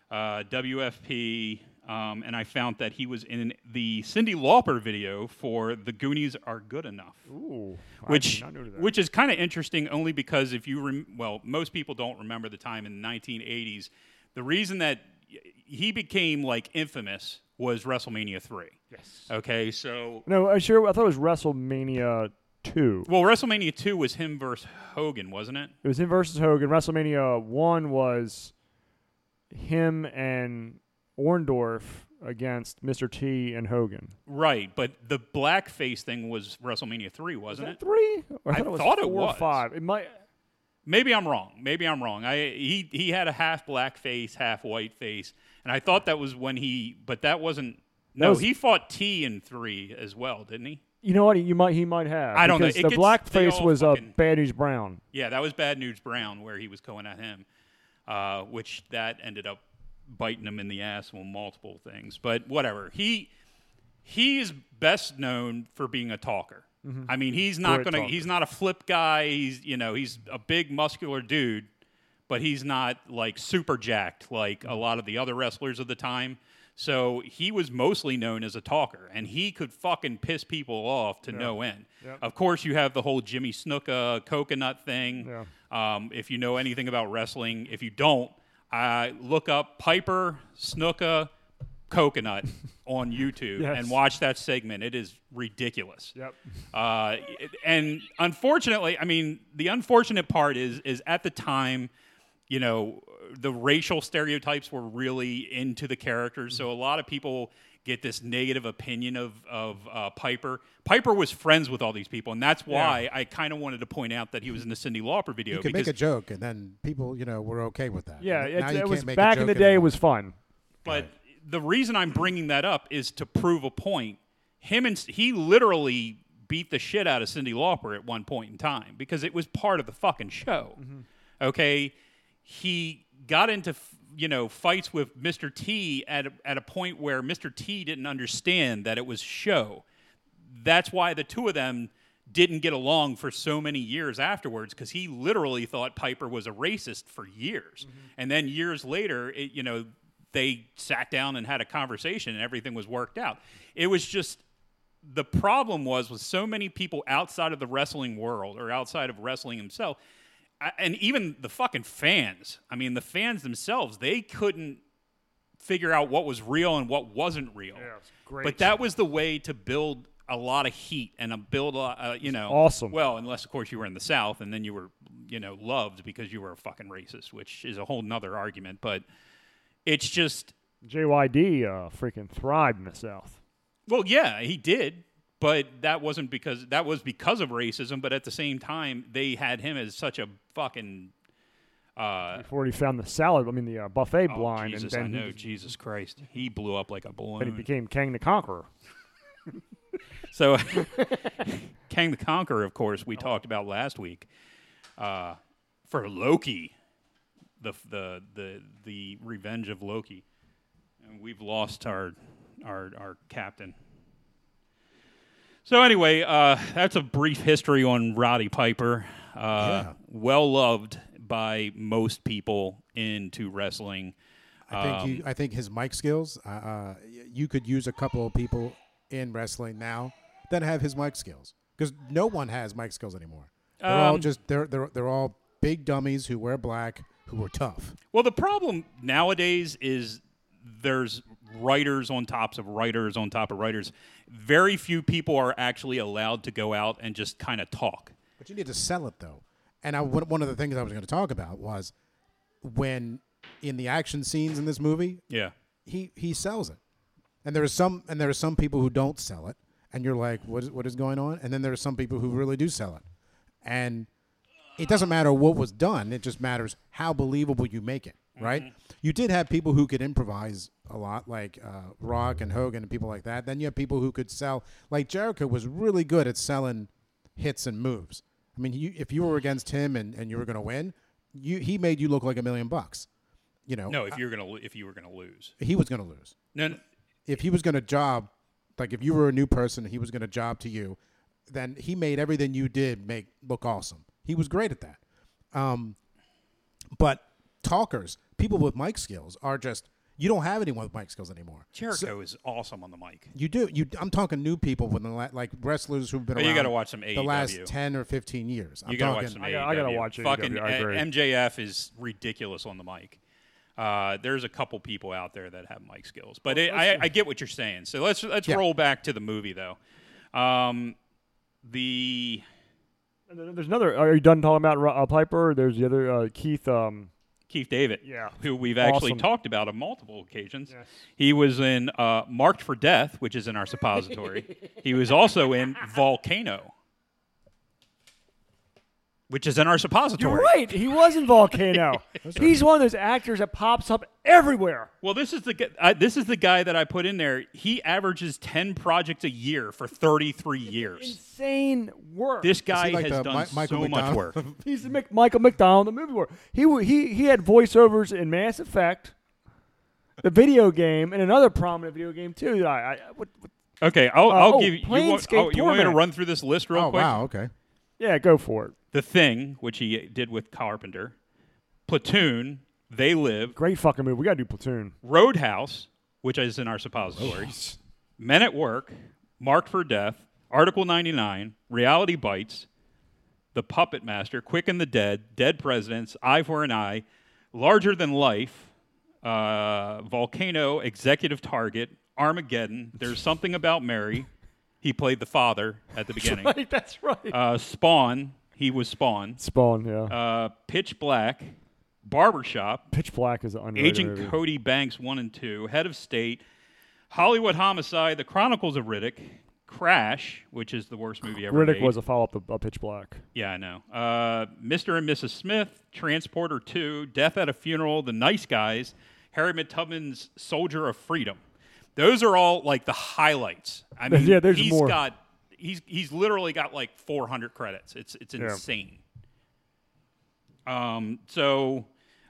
Speaker 4: uh, WFP, Um, and I found that he was in the Cindy Lauper video for "The Goonies Are Good Enough."
Speaker 3: Ooh, I
Speaker 4: which
Speaker 3: did not know that.
Speaker 4: which is kind of interesting only because if you rem- well most people don't remember the time in the 1980s the reason that y- he became like infamous was WrestleMania 3 yes okay so
Speaker 3: no, I sure I thought it was WrestleMania two.
Speaker 4: well WrestleMania 2 was him versus Hogan wasn't it
Speaker 3: It was him versus Hogan. WrestleMania one was him and Orndorff against Mr. T and Hogan.
Speaker 4: right but the blackface thing was WrestMania 3 wasn't it
Speaker 3: Three? Or
Speaker 4: I
Speaker 3: thought it was
Speaker 4: thought it
Speaker 3: four or
Speaker 4: was.
Speaker 3: five. It might.
Speaker 4: maybe I'm wrong maybe I'm wrong I he he had a half black face half white face and I thought that was when he but that wasn't no,
Speaker 3: was-
Speaker 4: he fought T in three as well, didn't he?
Speaker 3: You know what? You might. He might have.
Speaker 4: I don't know.
Speaker 3: because
Speaker 4: It
Speaker 3: The
Speaker 4: gets- they
Speaker 3: blackface
Speaker 4: all
Speaker 3: was uh,
Speaker 4: fucking-
Speaker 3: Bad News Brown.
Speaker 4: Yeah, that was Bad News Brown where he was going at him, uh, which that ended up biting him in the ass on multiple things. But whatever. He he is best known for being a talker. I mean, he's not
Speaker 3: Mm-hmm. Great
Speaker 4: gonna
Speaker 3: talker.
Speaker 4: he's not a flip guy. He's you know he's a big muscular dude, but he's not like super jacked like a lot of the other wrestlers of the time. So he was mostly known as a talker, and he could fucking piss people off to no end. Of course, you have the whole Jimmy Snuka coconut thing.
Speaker 3: Yeah.
Speaker 4: Um, if you know anything about wrestling, if you don't, uh, look up Piper Snuka
Speaker 3: [laughs]
Speaker 4: coconut on YouTube
Speaker 3: Yes.
Speaker 4: and watch that segment. It is ridiculous.
Speaker 3: Yep.
Speaker 4: Uh, it- and unfortunately, I mean, the unfortunate part is is at the time, you know, the racial stereotypes were really into the characters. So a lot of people get this negative opinion of of uh, Piper. Piper was friends with all these people, and that's why I kind of wanted to point out that he was in the Cindy Lauper video.
Speaker 5: You could
Speaker 4: because
Speaker 5: make a joke, and then people, you know, were okay with that.
Speaker 3: Yeah.
Speaker 5: Now
Speaker 3: It,
Speaker 5: you
Speaker 3: it
Speaker 5: can't
Speaker 3: was
Speaker 5: make a
Speaker 3: back in
Speaker 5: joke
Speaker 3: the day. It
Speaker 5: anymore.
Speaker 3: was fun.
Speaker 4: But the reason I'm bringing that up is to prove a point. Him and he literally beat the shit out of Cindy Lauper at one point in time because it was part of the fucking show. Okay, he got into f- you know fights with Mr. T at a, at a point where Mr. T didn't understand that it was show. That's why the two of them didn't get along for so many years afterwards because he literally thought Piper was a racist for years. And then years later, it, you know, they sat down and had a conversation and everything was worked out. It was just the problem was with so many people outside of the wrestling world or outside of wrestling himself I- and even the fucking fans i mean the fans themselves they couldn't figure out what was real and what wasn't real
Speaker 3: it's great.
Speaker 4: but that was the way to build a lot of heat and a build a, uh, you know
Speaker 3: awesome.
Speaker 4: well unless of course you were in the south and then you were you know loved because you were a fucking racist which is a whole nother argument but it's just
Speaker 3: JYD uh, freaking thrived in the South.
Speaker 4: Well, yeah, he did, but that wasn't because that was because of racism. But at the same time, they had him as such a fucking uh,
Speaker 3: Before he found the salad, I mean the uh, buffet
Speaker 4: oh,
Speaker 3: blind,
Speaker 4: Jesus,
Speaker 3: and
Speaker 4: I
Speaker 3: then he
Speaker 4: know, Jesus Christ, he blew up like a
Speaker 3: Then he
Speaker 4: balloon.
Speaker 3: became Kang the Conqueror.
Speaker 4: so, [laughs] Kang the Conqueror, of course, we talked about last week. Uh, for Loki, the the the the revenge of Loki, and we've lost our our our captain. So anyway, uh, that's a brief history on Roddy Piper. Uh, Well loved by most people into wrestling.
Speaker 5: I think you,
Speaker 3: um,
Speaker 5: I think his mic skills. Uh, uh, y- you could use a couple of people in wrestling now that have his mic skills because no one has mic skills anymore. They're all
Speaker 4: Um,
Speaker 5: just they're, they're they're all big dummies who wear black who are tough.
Speaker 4: Well, the problem nowadays is there's writers on tops of writers on top of writers. Very few people are actually allowed to go out and just kind of talk.
Speaker 5: But you need to sell it though. And I one one of the things I was going to talk about was when in the action scenes in this movie
Speaker 4: Yeah.
Speaker 5: he he sells it. And there are some and there are some people who don't sell it, and you're like, what is what is going on? And then there are some people who really do sell it, and it doesn't matter what was done; it just matters how believable you make it, right? You did have people who could improvise a lot, like uh, Rock and Hogan and people like that. Then you have people who could sell, like Jericho was really good at selling hits and moves. I mean, you, if you were against him and, and you were going to win, you he made you look like a million bucks. You know,
Speaker 4: No, if you're gonna lo- if you were gonna lose,
Speaker 5: he was going to lose
Speaker 4: no, no,
Speaker 5: if he was going to job, like if you were a new person and he was going to job to you, then he made everything you did make look awesome. He was great at that. Um, but talkers, people with mic skills, are just You don't have anyone with mic skills anymore.
Speaker 4: Jericho
Speaker 5: So-
Speaker 4: is awesome on the mic.
Speaker 5: you do. You. I'm talking new people within the la- like wrestlers who've been
Speaker 4: Oh,
Speaker 5: around.
Speaker 4: you gotta watch some
Speaker 5: The last
Speaker 4: AEW.
Speaker 5: ten or fifteen years. I'm
Speaker 4: You gotta
Speaker 5: talking,
Speaker 4: watch some
Speaker 3: I
Speaker 4: AEW.
Speaker 3: gotta- I gotta watch
Speaker 4: Fucking
Speaker 3: AEW, I
Speaker 4: uh,
Speaker 3: agree.
Speaker 4: MJF is ridiculous on the mic. Uh, there's a couple people out there that have mic skills,
Speaker 3: Oh,
Speaker 4: but it, I, I get what you're saying. So let's let's
Speaker 5: Yeah.
Speaker 4: roll back to the movie though. Um, the
Speaker 3: And then there's another. Are you done talking about Ro- uh, Piper? There's the other uh, Keith. Um,
Speaker 4: Keith David,
Speaker 3: Yeah.
Speaker 4: who we've actually
Speaker 3: Awesome.
Speaker 4: talked about on multiple occasions. He was in uh, Marked for Death, which is in
Speaker 3: [laughs]
Speaker 4: our suppository. he was also in Volcano, which is in our suppository.
Speaker 3: you're right. He was in [laughs] Volcano. He's one of those actors that pops up everywhere.
Speaker 4: Well, this is the gu- I, this is the guy that I put in there. He averages ten projects a year for thirty three years.
Speaker 3: Insane work.
Speaker 4: This guy
Speaker 5: Is he like
Speaker 4: has
Speaker 5: the
Speaker 4: done
Speaker 5: Mi- Michael
Speaker 4: so much
Speaker 5: McDonald?
Speaker 4: work.
Speaker 3: He's the Mc, Michael McDonald in the movie world. He wa- he he had voiceovers in Mass Effect, the video game, and another prominent video game too. I, I, what, what-
Speaker 4: Okay, I'll, I'll
Speaker 3: oh,
Speaker 4: give you. You want,
Speaker 3: Planescape
Speaker 4: oh, you want me to
Speaker 3: Torment.
Speaker 4: run through this list real
Speaker 5: Oh
Speaker 4: quick?
Speaker 5: wow. Okay.
Speaker 3: yeah, go for it.
Speaker 4: The Thing, which he did with Carpenter, Platoon, They Live,
Speaker 3: Great fucking movie. We gotta do Platoon.
Speaker 4: Roadhouse, which is in our suppository, Men at Work, Marked for Death, Article 99, Reality Bites, The Puppet Master, Quick and the Dead, Dead Presidents, Eye for an Eye, Larger Than Life, uh, Volcano, Executive Target, Armageddon, There's Something About Mary. He played the father at the beginning.
Speaker 3: Right, [laughs] that's right.
Speaker 4: uh, Spawn, he was Spawn.
Speaker 3: Spawn. Yeah.
Speaker 4: Uh, Pitch Black, Barbershop,
Speaker 3: Pitch Black is an underrated
Speaker 4: Agent
Speaker 3: movie.
Speaker 4: Cody Banks 1 and 2, Head of State, Hollywood Homicide, The Chronicles of Riddick, Crash, which is the worst movie ever
Speaker 3: Riddick
Speaker 4: made.
Speaker 3: was a follow up to uh, Pitch Black.
Speaker 4: Yeah, I know. Uh, Mr. and Mrs. Smith, Transporter 2, Death at a Funeral, The Nice Guys, Harry Tubman's Soldier of Freedom. Those are all like the highlights. I mean,
Speaker 3: Yeah, there's
Speaker 4: he's
Speaker 3: more.
Speaker 4: got he's he's literally got like 400 credits. It's it's insane. Um, so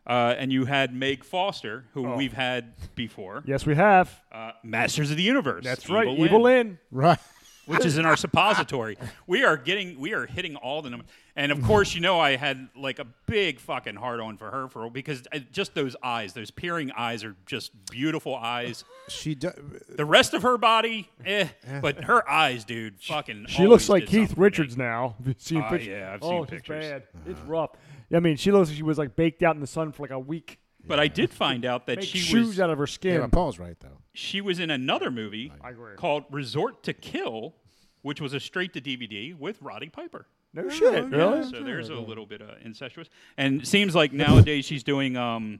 Speaker 4: uh, and you had Meg Foster, who
Speaker 3: Oh.
Speaker 4: we've had before.
Speaker 3: Yes, we have.
Speaker 4: Uh, Masters of the Universe.
Speaker 3: That's right.
Speaker 4: Evil
Speaker 3: Evil
Speaker 4: Lyn
Speaker 3: Lynn.
Speaker 5: Right.
Speaker 4: which is in our suppository. We are getting, we are hitting all the numbers. And of course, you know, I had like a big fucking hard on for her for because uh, just those eyes, those peering eyes are just beautiful eyes.
Speaker 5: She. Do-
Speaker 4: The rest of her body, eh, but her eyes, dude, fucking.
Speaker 3: She looks like Keith Richards now. [laughs] Have you seen
Speaker 4: Ah,
Speaker 3: pictures?
Speaker 4: yeah, I've
Speaker 3: oh,
Speaker 4: seen
Speaker 3: she's
Speaker 4: pictures. [sighs]
Speaker 3: bad. It's rough. I mean, she looks like she was like baked out in the sun for like a week.
Speaker 4: But I did find out that
Speaker 3: Make
Speaker 4: she
Speaker 3: shoes
Speaker 4: was
Speaker 3: out of her skin.
Speaker 5: yeah, but Paul's right though.
Speaker 4: she was in another movie
Speaker 3: agree.
Speaker 4: called Resort to Kill, which was a straight to DVD with Roddy Piper.
Speaker 3: no shit.
Speaker 5: okay.
Speaker 3: Really?
Speaker 4: So there's a little bit of incestuous, and it seems like nowadays she's doing um,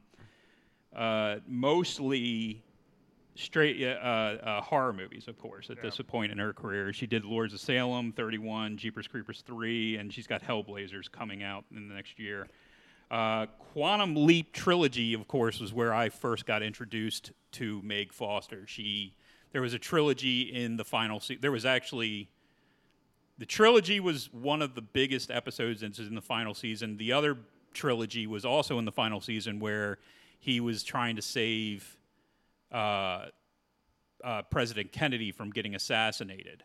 Speaker 4: uh, mostly straight uh, uh, horror movies. Of course, at this point in her career, she did Lords of Salem, 31, Jeepers Creepers 3, and she's got Hellblazers coming out in the next year. Uh, Quantum Leap trilogy, of course, was where I first got introduced to Meg Foster. She there was a trilogy in the final. Se- there was actually the trilogy was one of the biggest episodes and it's in the final season. The other trilogy was also in the final season where he was trying to save uh, uh, President Kennedy from getting assassinated.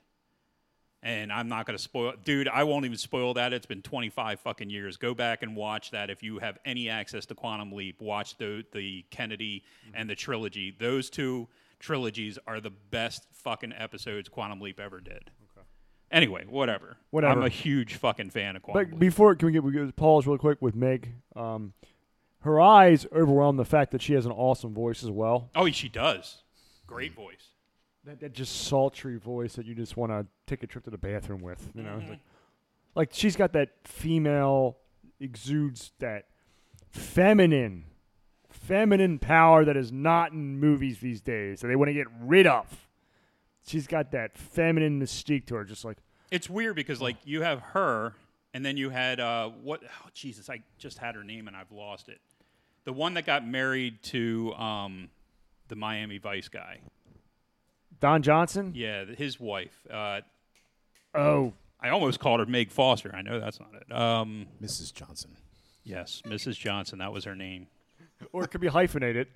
Speaker 4: And I'm not going to spoil, dude. I won't even spoil that. It's been 25 fucking years. Go back and watch that if you have any access to Quantum Leap. Watch the the Kennedy and the trilogy. Those two trilogies are the best fucking episodes Quantum Leap ever did. Anyway, whatever.
Speaker 3: Whatever.
Speaker 4: I'm a huge fucking fan of Quantum
Speaker 3: But
Speaker 4: Leap.
Speaker 3: before, can we get we go to pause real quick with Meg? Um, her eyes overwhelm the fact that she has an awesome voice as well.
Speaker 4: oh, she does. Great voice.
Speaker 3: That, that just sultry voice that you just want to take a trip to the bathroom with. You
Speaker 4: Mm-hmm.
Speaker 3: know, It's like, like she's got that female exudes that feminine, feminine power that is not in movies these days that they want to get rid of. She's got that feminine mystique to her, just like
Speaker 4: It's weird because like you have her, and then you had uh, what? Oh, Jesus, I just had her name and I've lost it. The one that got married to um, the Miami Vice guy.
Speaker 3: Don Johnson.
Speaker 4: Yeah, th- his wife. Uh,
Speaker 3: Oh,
Speaker 4: I almost called her Meg Foster. I know that's not it. Um,
Speaker 5: Mrs. Johnson.
Speaker 4: yes, Mrs. Johnson. That was her name.
Speaker 3: or it could be hyphenated.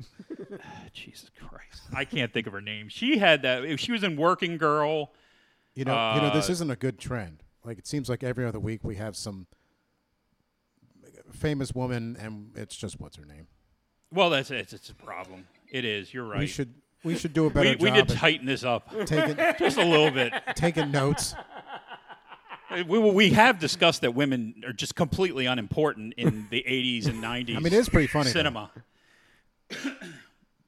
Speaker 4: Jesus Christ, I can't think of her name. She had that. if She was in Working Girl.
Speaker 5: You know, you know, this
Speaker 4: Uh,
Speaker 5: isn't a good trend. Like it seems like every other week we have some famous woman, and it's just what's her name.
Speaker 4: Well, that's it's, it's a problem. it is. You're right.
Speaker 5: We should we should do a
Speaker 4: [laughs]
Speaker 5: better
Speaker 4: We,
Speaker 5: job.
Speaker 4: we did
Speaker 5: at
Speaker 4: tighten this up
Speaker 5: taking
Speaker 4: just a little bit.
Speaker 5: taking notes.
Speaker 4: We, we have discussed that women are just completely unimportant
Speaker 5: [laughs]
Speaker 4: in the 80s and 90s.
Speaker 5: I mean, it is pretty funny, though.
Speaker 4: Cinema. [coughs]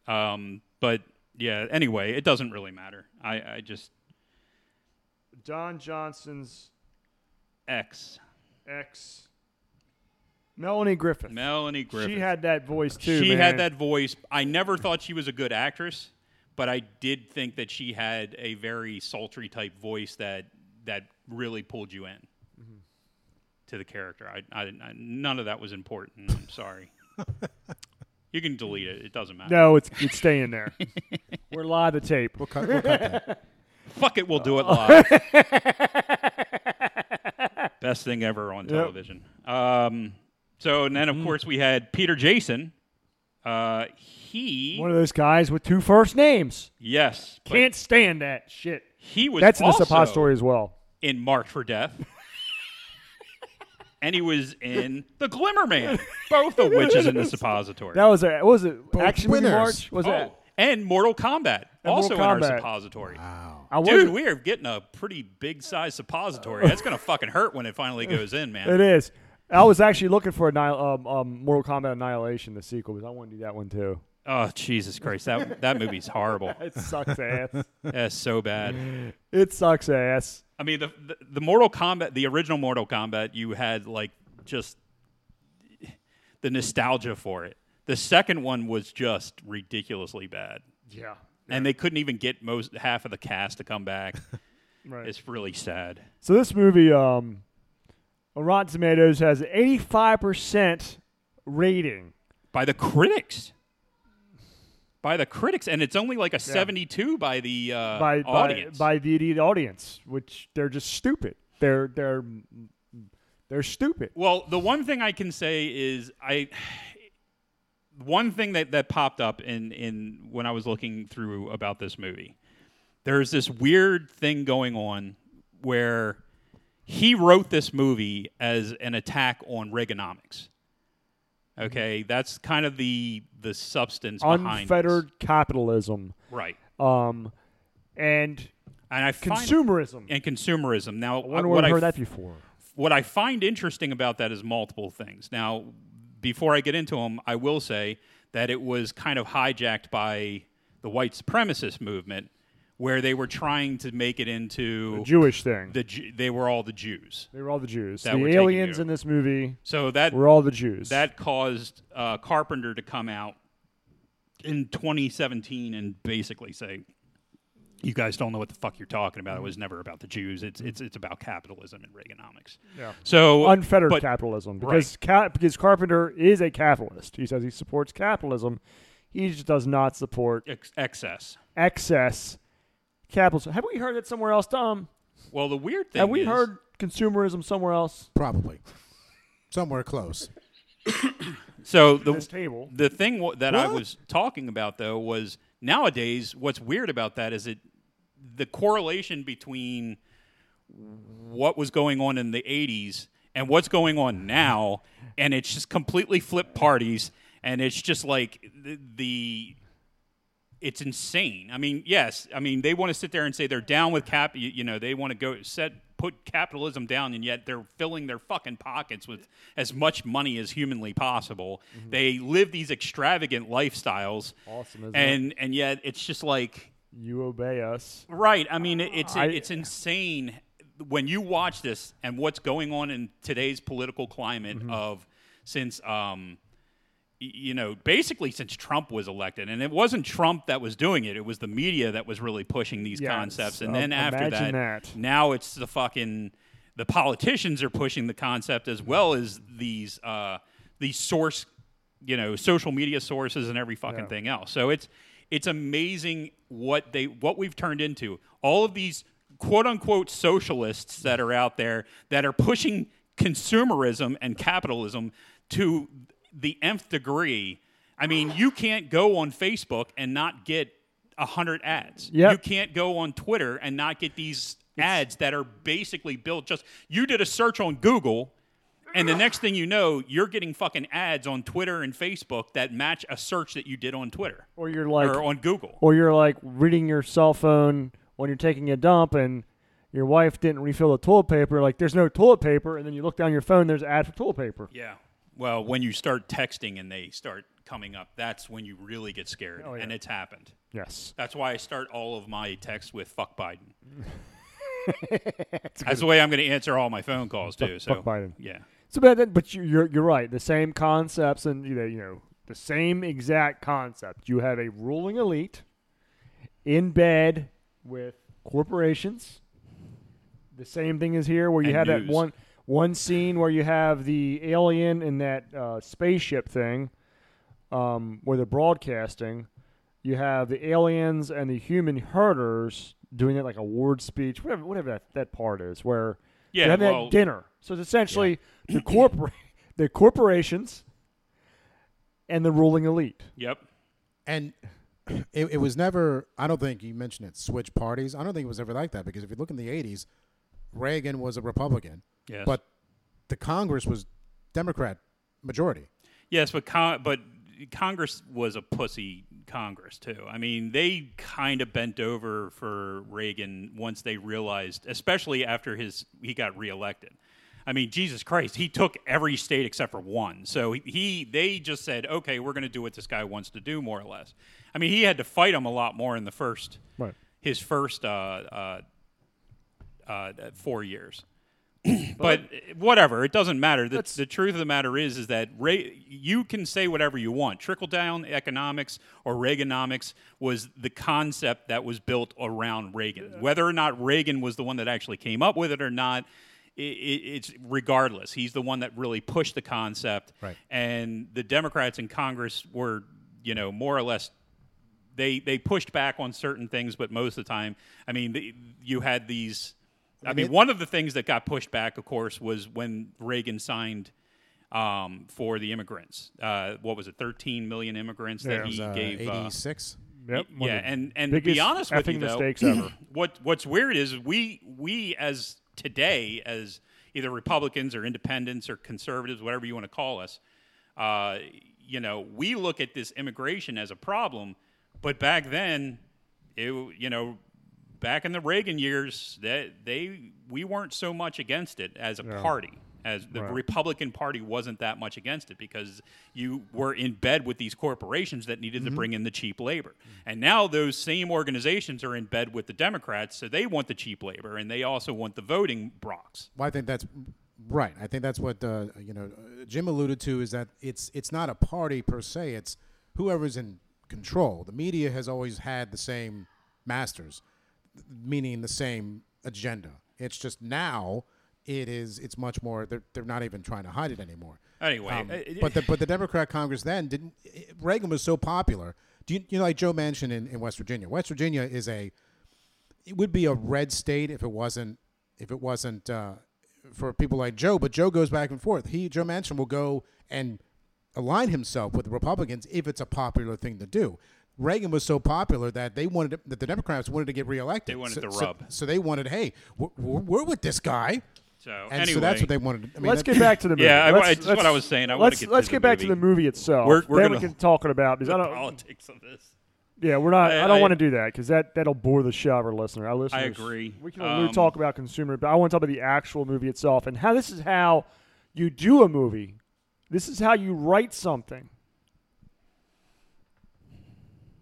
Speaker 4: um, but yeah. Anyway, it doesn't really matter. I, I just
Speaker 3: Don Johnson's
Speaker 4: X
Speaker 3: ex, Melanie Griffith.
Speaker 4: Melanie Griffith.
Speaker 3: She had that voice too.
Speaker 4: She
Speaker 3: man.
Speaker 4: had that voice. I never thought she was a good actress, but I did think that she had a very sultry type voice that that really pulled you in to the character. I, I, I- none of that was important.
Speaker 3: [laughs]
Speaker 4: I'm sorry. you can delete it. It doesn't matter.
Speaker 3: No, it's it's staying
Speaker 4: [laughs]
Speaker 3: there. We're live the tape.
Speaker 5: We'll cut, we'll cut that.
Speaker 4: Fuck it.
Speaker 3: [laughs]
Speaker 4: We'll do it live. Best thing ever on television. Um, so
Speaker 3: Mm-hmm.
Speaker 4: and then of course we had Peter Jason. Uh, he
Speaker 3: One of those guys with two first names.
Speaker 4: yes, but
Speaker 3: Can't stand that shit.
Speaker 4: he was
Speaker 3: That's in the
Speaker 4: also,
Speaker 3: suppository as well.
Speaker 4: in Marked for Death. and he was in The Glimmer Man, both of which
Speaker 3: [laughs]
Speaker 4: is in the suppository.
Speaker 3: That was a what was it
Speaker 5: Both
Speaker 3: action movie
Speaker 5: winners.
Speaker 3: march? Was
Speaker 4: oh,
Speaker 3: it?
Speaker 4: and Mortal Kombat,
Speaker 3: And
Speaker 4: also
Speaker 3: Mortal
Speaker 4: in
Speaker 3: Kombat.
Speaker 4: our suppository.
Speaker 3: I
Speaker 4: Oh, Dude,
Speaker 3: wasn't-
Speaker 4: we are getting a pretty big size suppository. That's going to fucking hurt when it finally goes in,
Speaker 3: [laughs]
Speaker 4: man.
Speaker 3: It is. I was actually looking for Annihil- um, um, Mortal Kombat Annihilation, the sequel, because I want to do that one too.
Speaker 4: Oh, Jesus Christ. That, that
Speaker 3: [laughs]
Speaker 4: movie's horrible.
Speaker 3: It sucks ass.
Speaker 4: That's so bad.
Speaker 3: It sucks ass.
Speaker 4: I mean, the, the the Mortal Kombat, the original Mortal Kombat, you had like just the nostalgia for it. The second one was just ridiculously bad,
Speaker 3: Yeah.
Speaker 4: and they couldn't even get most half of the cast to come back.
Speaker 3: [laughs] Right.
Speaker 4: it's really sad.
Speaker 3: So this movie, um, on Rotten Tomatoes has an 85% rating.
Speaker 4: By the critics, by the critics, and it's only like a seventy-two by the uh,
Speaker 3: by
Speaker 4: audience.
Speaker 3: by, by the idiot audience, which they're just stupid. They're they're they're stupid.
Speaker 4: Well, the one thing I can say is I one thing that, that popped up in, in when I was looking through about this movie. There's this weird thing going on where he wrote this movie as an attack on Reaganomics.
Speaker 3: Mm-hmm.
Speaker 4: Okay, that's kind of the the substance behind this.
Speaker 3: Unfettered capitalism,
Speaker 4: right?
Speaker 3: um, and
Speaker 4: And I find,
Speaker 3: consumerism.
Speaker 4: and consumerism. Now,
Speaker 3: I wonder
Speaker 4: what
Speaker 3: where
Speaker 4: I
Speaker 3: I've heard that before.
Speaker 4: what I find interesting about that is multiple things. Now, before I get into them, I will say that it was kind of hijacked by the white supremacist movement, where they were trying to make it into
Speaker 3: Jewish thing.
Speaker 4: the Ju- they were all the Jews.
Speaker 3: they were all the Jews.
Speaker 4: that
Speaker 3: The
Speaker 4: were taking
Speaker 3: aliens
Speaker 4: you.
Speaker 3: in this movie
Speaker 4: So that
Speaker 3: were all the Jews.
Speaker 4: that caused uh, Carpenter to come out in 2017 and basically say, "You guys don't know what the fuck you're talking about. It was never about the Jews. It's it's it's about capitalism and Reaganomics."
Speaker 3: Yeah.
Speaker 4: So
Speaker 3: unfettered
Speaker 4: but-
Speaker 3: capitalism because ca- because Carpenter is a capitalist. He says he supports capitalism. He just does not support
Speaker 4: ex- excess.
Speaker 3: excess capitalism. Have we heard it somewhere else, Tom?
Speaker 4: Well, the weird thing
Speaker 3: Have we
Speaker 4: is,
Speaker 3: heard consumerism somewhere else?
Speaker 5: Probably somewhere close.
Speaker 4: so the
Speaker 3: table.
Speaker 4: the thing w- that I
Speaker 5: What?
Speaker 4: was talking about though was nowadays what's weird about that is it the correlation between what was going on in the 80s and what's going on now and it's just completely flipped parties and it's just like the, the it's insane. I mean, yes, I mean they want to sit there and say they're down with cap. You, you know, they want to go set put capitalism down, and yet they're filling their fucking pockets with as much money as humanly possible. They live these extravagant lifestyles,
Speaker 3: Mm-hmm. Awesome, isn't it?
Speaker 4: and and yet it's just like
Speaker 3: You obey us.
Speaker 4: right. I mean, it, it's
Speaker 3: I-
Speaker 4: it's insane when you watch this and what's going on in today's political climate
Speaker 3: Mm-hmm.
Speaker 4: of since um, y- you know, basically since Trump was elected, and it wasn't Trump that was doing it; it was the media that was really pushing these
Speaker 3: Yes,
Speaker 4: concepts. And
Speaker 3: um,
Speaker 4: then after
Speaker 3: imagine
Speaker 4: that,
Speaker 3: that.
Speaker 4: now it's the fucking the politicians are pushing the concept as well as these uh, these source, you know, social media sources and every fucking
Speaker 3: Yeah.
Speaker 4: thing else. So it's it's amazing what they what we've turned into. All of these quote unquote socialists that are out there that are pushing consumerism and capitalism to the nth degree. I mean, you can't go on Facebook and not get a hundred ads.
Speaker 3: Yep.
Speaker 4: You can't go on Twitter and not get these ads that are basically built just you did a search on Google And the next thing you know, you're getting fucking ads on Twitter and Facebook that match a search that you did on Twitter
Speaker 3: Or you're like,
Speaker 4: or on Google.
Speaker 3: or you're like reading your cell phone when you're taking a dump and your wife didn't refill the toilet paper. Like, there's no toilet paper, and then you look down your phone, there's an ad for toilet paper.
Speaker 4: Yeah. Well, when you start texting and they start coming up, that's when you really get scared.
Speaker 3: Oh, yeah.
Speaker 4: And it's happened.
Speaker 3: Yes.
Speaker 4: That's why I start all of my texts with fuck
Speaker 3: [laughs]
Speaker 4: Biden. That's the way I'm going to answer all my phone calls too. so
Speaker 3: fuck Biden.
Speaker 4: Yeah.
Speaker 3: So, but then, but you- you're you're right. The same concepts, and you know, you know, the same exact concept. You have a ruling elite in bed with corporations. The same thing is here, where you
Speaker 4: And
Speaker 3: have that
Speaker 4: news.
Speaker 3: one one scene where you have the alien in that uh, spaceship thing, um, where they're broadcasting. You have the aliens and the human herders doing it like a ward speech, whatever, whatever that, that part is, where
Speaker 4: Yeah,
Speaker 3: they have that
Speaker 4: well-
Speaker 3: dinner. So it's essentially the corpor- [laughs] the corporations and the ruling elite.
Speaker 4: Yep.
Speaker 5: and it, it was never i don't think you mentioned it switch parties i don't think it was ever like that because if you look in the 80s reagan was a republican
Speaker 4: Yes.
Speaker 5: but the congress was democrat majority
Speaker 4: Yes, but con- but Congress was a pussy Congress too. I mean, they kind of bent over for Reagan once they realized, especially after his he got reelected. I mean, Jesus Christ, he took every state except for one. So he they just said, "Okay, we're going to do what this guy wants to do more or less." I mean, he had to fight him a lot more in the first
Speaker 3: Right.
Speaker 4: his first uh, uh, uh, four years. but whatever, it doesn't matter. The, the truth of the matter is, is that Ra- you can say whatever you want. Trickle down economics or Reaganomics was the concept that was built around Reagan. Whether or not Reagan was the one that actually came up with it or not, i i it's regardless. He's the one that really pushed the concept,
Speaker 5: Right.
Speaker 4: and the Democrats in Congress were, you know, more or less they they pushed back on certain things, but most of the time, I mean, the, you had these. I mean, one of the things that got pushed back, of course, was when Reagan signed um, for the immigrants. Uh, what was it, 13 million immigrants
Speaker 3: Yeah. It
Speaker 4: that he
Speaker 5: It was, uh,
Speaker 4: gave? uh,
Speaker 5: 86
Speaker 3: Yep. one
Speaker 4: yeah,
Speaker 3: of the
Speaker 4: and and to be
Speaker 3: biggest
Speaker 4: honest with you,
Speaker 3: effing
Speaker 4: though,
Speaker 3: mistakes
Speaker 4: [clears throat]
Speaker 3: ever.
Speaker 4: what what's weird is we we as today as either Republicans or Independents or conservatives, whatever you want to call us, uh, you know, we look at this immigration as a problem, but back then, it you know. Back in the Reagan years, that they we weren't so much against it as a party, as the
Speaker 3: Right.
Speaker 4: Republican Party wasn't that much against it because you were in bed with these corporations that needed
Speaker 5: Mm-hmm.
Speaker 4: to bring in the cheap labor. And now those same organizations are in bed with the Democrats, so they want the cheap labor and they also want the voting blocks.
Speaker 5: Well, I think that's right. I think that's what uh, you know. uh, Jim alluded to is that it's it's not a party per se. It's whoever's in control. The media has always had the same masters, meaning the same agenda. It's just now it is. It's much more. They're they're not even trying to hide it anymore.
Speaker 4: Anyway,
Speaker 5: Um,
Speaker 4: uh, it-
Speaker 5: but the but the Democrat Congress then didn't. it- Reagan was so popular. Do you, you know like Joe Manchin in, in West Virginia? West Virginia is a it would be a red state if it wasn't if it wasn't uh, for people like Joe. But Joe goes back and forth. He Joe Manchin will go and align himself with the Republicans if it's a popular thing to do. Reagan was so popular that they wanted to- that the Democrats wanted to get reelected.
Speaker 4: They wanted
Speaker 5: so,
Speaker 4: the
Speaker 5: so-
Speaker 4: rub.
Speaker 5: So, they wanted, hey, we're, we're, we're with this guy,
Speaker 4: so
Speaker 5: and
Speaker 4: Oh, anyway,
Speaker 5: so that's what they wanted. I mean,
Speaker 3: let's
Speaker 5: that-
Speaker 3: get [laughs] back to the movie.
Speaker 4: Yeah, I-
Speaker 3: Let's-
Speaker 4: I- that's
Speaker 3: let's-
Speaker 4: what I was saying. I wanna
Speaker 3: let's
Speaker 4: get to
Speaker 3: let's
Speaker 4: the
Speaker 3: get back to the
Speaker 4: movie.
Speaker 3: movie itself.
Speaker 4: We're- we're
Speaker 3: then we
Speaker 4: gonna-
Speaker 3: can talk it about because
Speaker 4: the
Speaker 3: I don't.
Speaker 4: politics of this.
Speaker 3: Yeah, we're not. I,
Speaker 4: I-
Speaker 3: don't
Speaker 4: I-
Speaker 3: want to do that because that that'll bore the shit out of our listener. Our listeners,
Speaker 4: agree.
Speaker 3: We can only
Speaker 4: Um,
Speaker 3: talk about consumer, but I want to talk about the actual movie itself and how this is how you do a movie. This is how you write something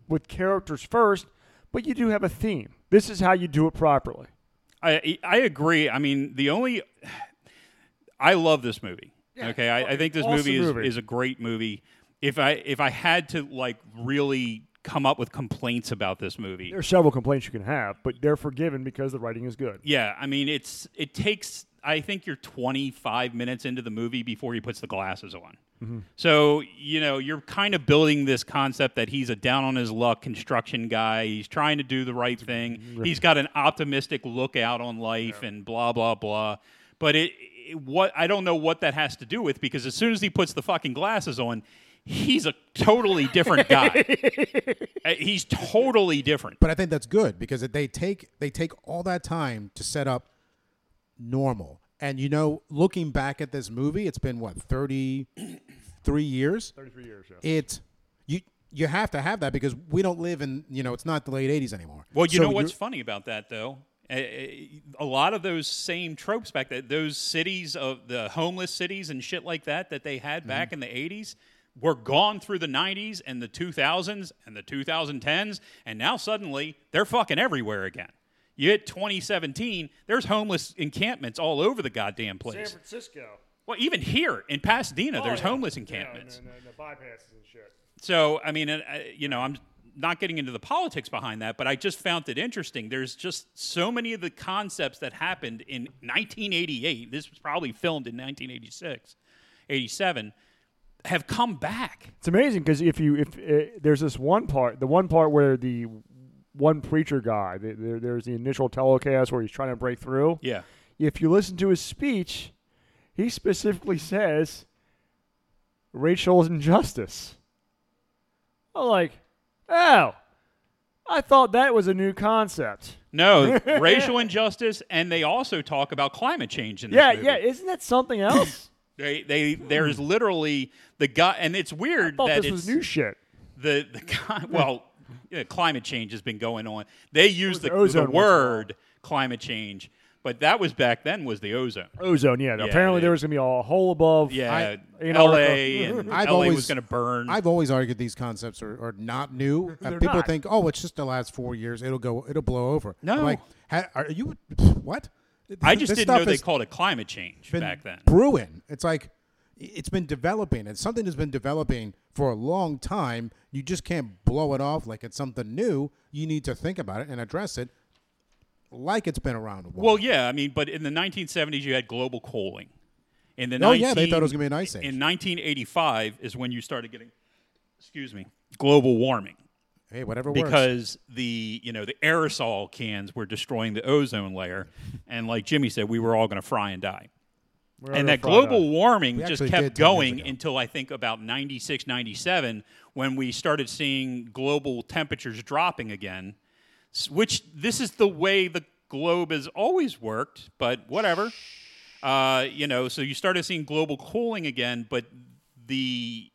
Speaker 3: with characters first, but you do have a theme. This is how you do it properly.
Speaker 4: I I agree. I mean, the only I love this movie. okay, I, I think this
Speaker 3: awesome
Speaker 4: movie is,
Speaker 3: movie.
Speaker 4: is a great movie. If I if I had to like really come up with complaints about this movie,
Speaker 3: There are several complaints you can have, but they're forgiven because the writing is good.
Speaker 4: Yeah, I mean it's it takes I think you're 25 minutes into the movie before he puts the glasses on. So you know you're kind of building this concept that he's a down on his luck construction guy. He's trying to do the right thing. He's got an optimistic lookout on life and blah blah blah. But it, it what I don't know what that has to do with because as soon as he puts the fucking glasses on, he's a totally different guy. Uh, he's totally different.
Speaker 5: But I think that's good because it- they take they take all that time to set up normal And you know, looking back at this movie, it's been what thirty three years.
Speaker 3: 33 years, yeah.
Speaker 5: It you you have to have that because we don't live in you know it's not the late eighties anymore.
Speaker 4: Well, you
Speaker 5: So
Speaker 4: know what's
Speaker 5: you're-
Speaker 4: funny about that though? A a- a lot of those same tropes back then, those cities of the homeless cities and shit like that that they had
Speaker 5: Mm-hmm.
Speaker 4: back in the 80s were gone through the 90s and the 2000s and the 2010s, and now suddenly they're fucking everywhere again. You hit 2017, there's homeless encampments all over the goddamn place.
Speaker 3: Francisco.
Speaker 4: Well, even here in
Speaker 3: Oh,
Speaker 4: Pasadena, there's homeless encampments.
Speaker 3: bypasses and shit.
Speaker 4: So, I mean, uh, uh, you know, I'm not getting into the politics behind that, but I just found it interesting. There's just so many of the concepts that happened in 1988. This was probably filmed in 1986, 87, have come back.
Speaker 3: It's amazing because if you if uh, there's this one part, the one part where the one preacher guy, the, there, there's the initial telecast where he's trying to break through.
Speaker 4: Yeah.
Speaker 3: If you listen to his speech, he specifically says Rachel's injustice. I'm like, oh, I thought that was a new concept. [laughs]
Speaker 4: No, racial injustice, and they also talk about climate change in this
Speaker 3: Yeah,
Speaker 4: movie.
Speaker 3: yeah. Isn't that something [coughs] else?
Speaker 4: They, they, there's literally the guy, and it's weird
Speaker 3: I thought
Speaker 4: that
Speaker 3: this
Speaker 4: it's
Speaker 3: was new shit.
Speaker 4: the the con- well, yeah, climate change has been going on. They use the,
Speaker 3: the ozone
Speaker 4: the
Speaker 3: was
Speaker 4: word climate change, but that was back then was the ozone.
Speaker 3: Ozone, yeah.
Speaker 4: Yeah,
Speaker 3: apparently
Speaker 4: they-
Speaker 3: there was gonna be a hole above.
Speaker 4: Yeah,
Speaker 3: in
Speaker 4: L.A.
Speaker 3: Antarctica.
Speaker 4: and
Speaker 5: [laughs] I've
Speaker 4: L.A. was
Speaker 5: always-
Speaker 4: going to burn.
Speaker 5: I've always argued these concepts are, are
Speaker 3: [laughs]
Speaker 5: not new. Uh, people
Speaker 3: not.
Speaker 5: think, oh, it's just the last four years. It'll go. It'll blow over. I'm
Speaker 4: No.
Speaker 5: like, ha, are you what?
Speaker 4: I just
Speaker 5: This
Speaker 4: didn't know
Speaker 5: stuff
Speaker 4: they
Speaker 5: has
Speaker 4: called it climate change
Speaker 5: been
Speaker 4: back then.
Speaker 5: Brewing. It's like it's been developing. It's something that's been developing for a long time. You just can't blow it off like it's something new. You need to think about it and address it like it's been around. A while.
Speaker 4: Well, yeah, I mean, but in the 1970s, you had global cooling. In the
Speaker 5: Oh, yeah, they
Speaker 4: 19
Speaker 5: thought it was gonna be an ice age.
Speaker 4: In 1985 is when you started getting, excuse me, global warming.
Speaker 5: hey, whatever works.
Speaker 4: because the you know the aerosol cans were destroying the ozone
Speaker 5: [laughs]
Speaker 4: layer, and like Jimmy said, we were all going to fry and die.
Speaker 3: We're
Speaker 4: and
Speaker 3: under
Speaker 4: that
Speaker 3: Friday.
Speaker 4: global warming
Speaker 5: We
Speaker 4: just
Speaker 5: actually
Speaker 4: kept
Speaker 5: did 10 years
Speaker 4: going
Speaker 5: ago.
Speaker 4: until I think about 96, 97, when we started seeing global temperatures dropping again, s- which this is the way the globe has always worked, but whatever. Uh, you know, so you started seeing global cooling again, but the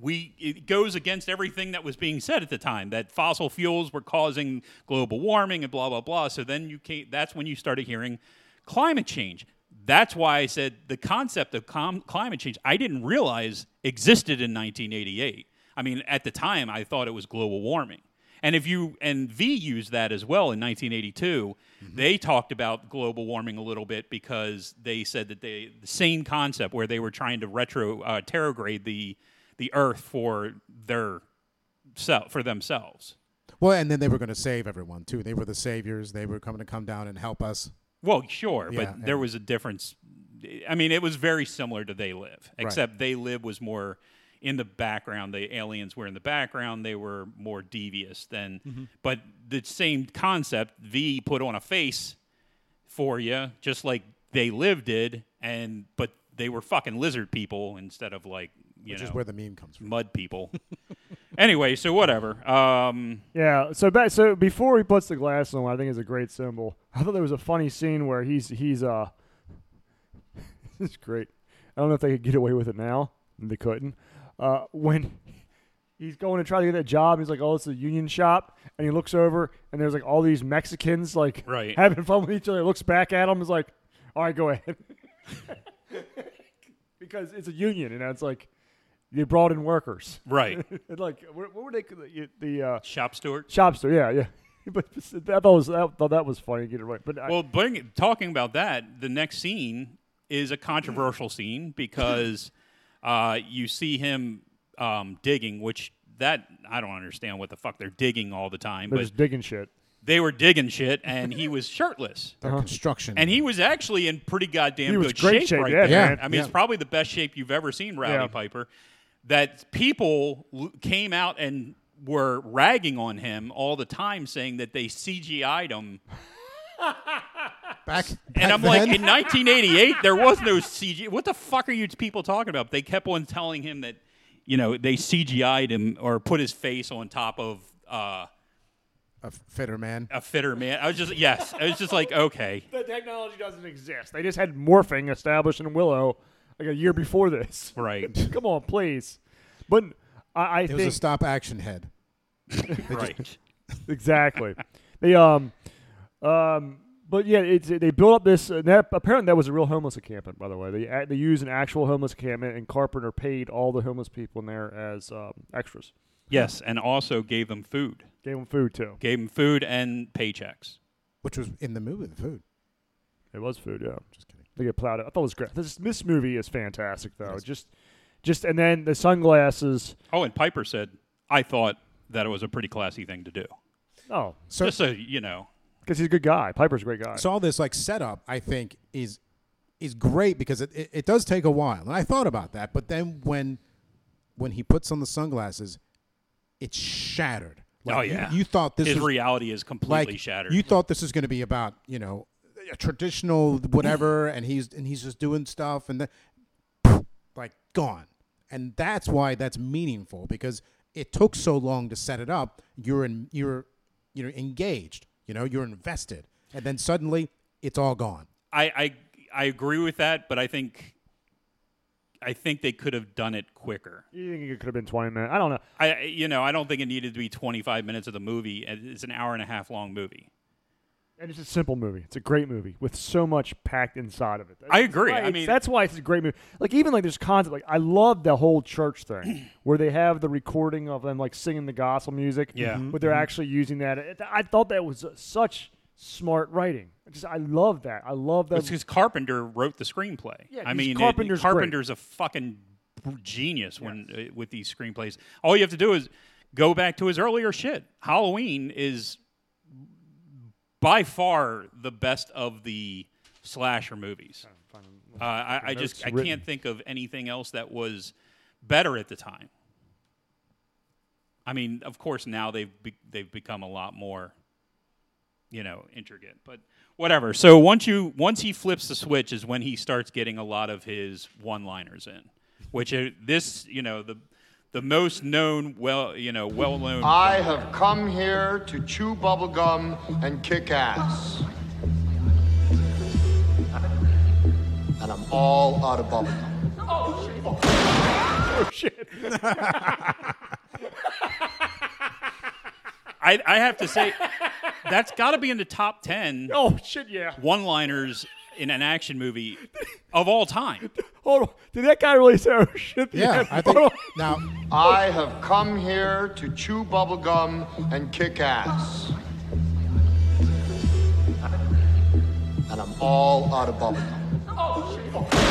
Speaker 4: we it goes against everything that was being said at the time that fossil fuels were causing global warming and blah blah blah. So then you came, that's when you started hearing climate change. That's why I said the concept of com- climate change I didn't realize existed in 1988. I mean, at the time I thought it was global warming. And if you and V used that as well in 1982, they talked about global warming a little bit because they said that they the same concept where they were trying to retro uh, terrograde the the Earth for their self for themselves.
Speaker 5: well, and then they were going to save everyone too. They were the saviors. They were coming to come down and help us.
Speaker 4: Well, sure,
Speaker 5: Yeah,
Speaker 4: but there
Speaker 5: yeah.
Speaker 4: was a difference. I mean, it was very similar to They Live, except They Live was more in the background. The aliens were in the background. They were more devious than,
Speaker 5: Mm-hmm.
Speaker 4: but the same concept. V put on a face for you, just like They Live did, and but they were fucking lizard people instead of like you
Speaker 5: which
Speaker 4: know
Speaker 5: is where the meme comes from.
Speaker 4: mud people. [laughs] anyway, so whatever. Um,
Speaker 3: Yeah. So back. So before he puts the glass on, I think is a great symbol. I thought there was a funny scene where he's he's uh. [laughs] this is great. I don't know if they could get away with it now. They couldn't. Uh, when [laughs] he's going to try to get that job, he's like, "Oh, it's a union shop," and he looks over, and there's like all these Mexicans like
Speaker 4: Right.
Speaker 3: [laughs] having fun with each other. Looks back at him, is like, "All right, go ahead," [laughs] because it's a union, and it's like you brought in workers. [laughs]
Speaker 4: right,
Speaker 3: And like, what, what were they? The uh,
Speaker 4: shop steward.
Speaker 3: Shopster, yeah, yeah. [laughs] But I thought, was, I thought that was funny. Get it right, but I,
Speaker 4: Well, bring, talking about that, the next scene is a controversial scene because uh, you see him um, digging, which that I don't understand what the fuck they're digging all the time,
Speaker 3: they're
Speaker 4: but
Speaker 3: just digging shit.
Speaker 4: they were digging shit, and he was shirtless.
Speaker 5: Their construction.
Speaker 4: And he was actually in pretty goddamn
Speaker 3: He was
Speaker 4: good
Speaker 3: great
Speaker 4: shape,
Speaker 3: shape,
Speaker 4: right
Speaker 3: yeah,
Speaker 4: there.
Speaker 5: man.
Speaker 4: I mean, it's
Speaker 5: Yeah.
Speaker 4: probably the best shape you've ever seen, Rowdy
Speaker 3: Yeah.
Speaker 4: Piper. That people l- came out and were ragging on him all the time, saying that they CGI'd him.
Speaker 5: back, back
Speaker 4: And I'm
Speaker 5: then,
Speaker 4: like, in 1988, there was no CG. What the fuck are you people talking about? They kept on telling him that, you know, they CGI'd him or put his face on top of uh,
Speaker 5: a fitter man.
Speaker 4: a fitter man. I was just yes. I was just like okay.
Speaker 3: The technology doesn't exist. They just had morphing established in Willow like a year before this.
Speaker 5: [laughs]
Speaker 4: Right.
Speaker 3: [laughs] Come on, please. But I, I
Speaker 5: It
Speaker 3: think
Speaker 5: was a stop action head.
Speaker 4: right.
Speaker 3: exactly. they um, um, but yeah, it's they built up this. And that, apparently, that was a real homeless encampment, by the way. They a- they used an actual homeless encampment, and Carpenter paid all the homeless people in there as um, extras.
Speaker 4: Yes, and also gave them food.
Speaker 3: Gave them food too.
Speaker 4: Gave them food and paychecks.
Speaker 5: Which was in the movie, the food.
Speaker 3: It was food, yeah.
Speaker 5: Just kidding.
Speaker 3: They get plowed. Up. I thought it was great. This this movie is fantastic though. Just just and then the sunglasses.
Speaker 4: Oh, and Piper said, "I thought that it was a pretty classy thing to do."
Speaker 3: Oh,
Speaker 5: So,
Speaker 4: just so you know,
Speaker 3: because he's a good guy. Piper's a great guy.
Speaker 5: so all this like setup, I think, is is great because it, it, it does take a while. And I thought about that, but then when when he puts on the sunglasses, it's shattered. Like,
Speaker 4: Oh,
Speaker 5: you-
Speaker 4: yeah.
Speaker 5: You, thought this
Speaker 4: his
Speaker 5: was
Speaker 4: reality is completely
Speaker 5: like
Speaker 4: shattered.
Speaker 5: you thought this was going to be about you know a
Speaker 4: [clears throat]
Speaker 5: traditional whatever, and he's and he's just doing stuff, and then like gone, and that's why that's meaningful because it took so long to set it up. You're in you're you're engaged, you know, you're invested, and then suddenly it's all gone.
Speaker 4: I, I I agree with that, but I think I think they could have done it quicker.
Speaker 3: you think it could have been twenty minutes? I don't know.
Speaker 4: I I- you know I don't think it needed to be 25 minutes of the movie. and It's an hour and a half long movie.
Speaker 3: And it's a simple movie. It's a great movie with so much packed inside of it.
Speaker 4: I agree.
Speaker 3: That's why
Speaker 4: I
Speaker 3: it's-
Speaker 4: mean-
Speaker 3: that's why it's a great movie. Like even like there's concept. Like I love the whole church
Speaker 4: [clears throat]
Speaker 3: thing where they have the recording of them like singing the gospel music.
Speaker 4: Yeah. Mm-hmm.
Speaker 3: but they're actually using that. It- I thought that was such smart writing. I Just I love that. I love that.
Speaker 4: It's because Carpenter wrote the screenplay.
Speaker 3: Yeah,
Speaker 4: I
Speaker 3: he's-
Speaker 4: mean, it-
Speaker 3: Carpenter's great.
Speaker 4: Carpenter's a fucking genius when uh, with these screenplays. All you have to do is go back to his earlier shit. Halloween is by far the best of the slasher movies. Uh, I, I just I
Speaker 3: notes written.
Speaker 4: can't think of anything else that was better at the time. I mean, of course, now they've be- they've become a lot more, you know, intricate. But whatever. So once you once he flips the switch is when he starts getting a lot of his one-liners in, which are, this you know the the most known well you know well known.
Speaker 6: I have come here to chew bubblegum and kick ass. And I'm all out of bubblegum.
Speaker 3: [laughs]
Speaker 4: I I have to say that's got to be in the top ten
Speaker 3: oh shit! Yeah.
Speaker 4: one-liners in an action movie of all time.
Speaker 3: Hold on. Did that guy really say oh shit?
Speaker 5: Yeah, I
Speaker 4: [laughs]
Speaker 5: think
Speaker 3: Hold [laughs] on.
Speaker 5: now
Speaker 6: I have come here to chew bubblegum and kick ass. And I'm all out of bubblegum.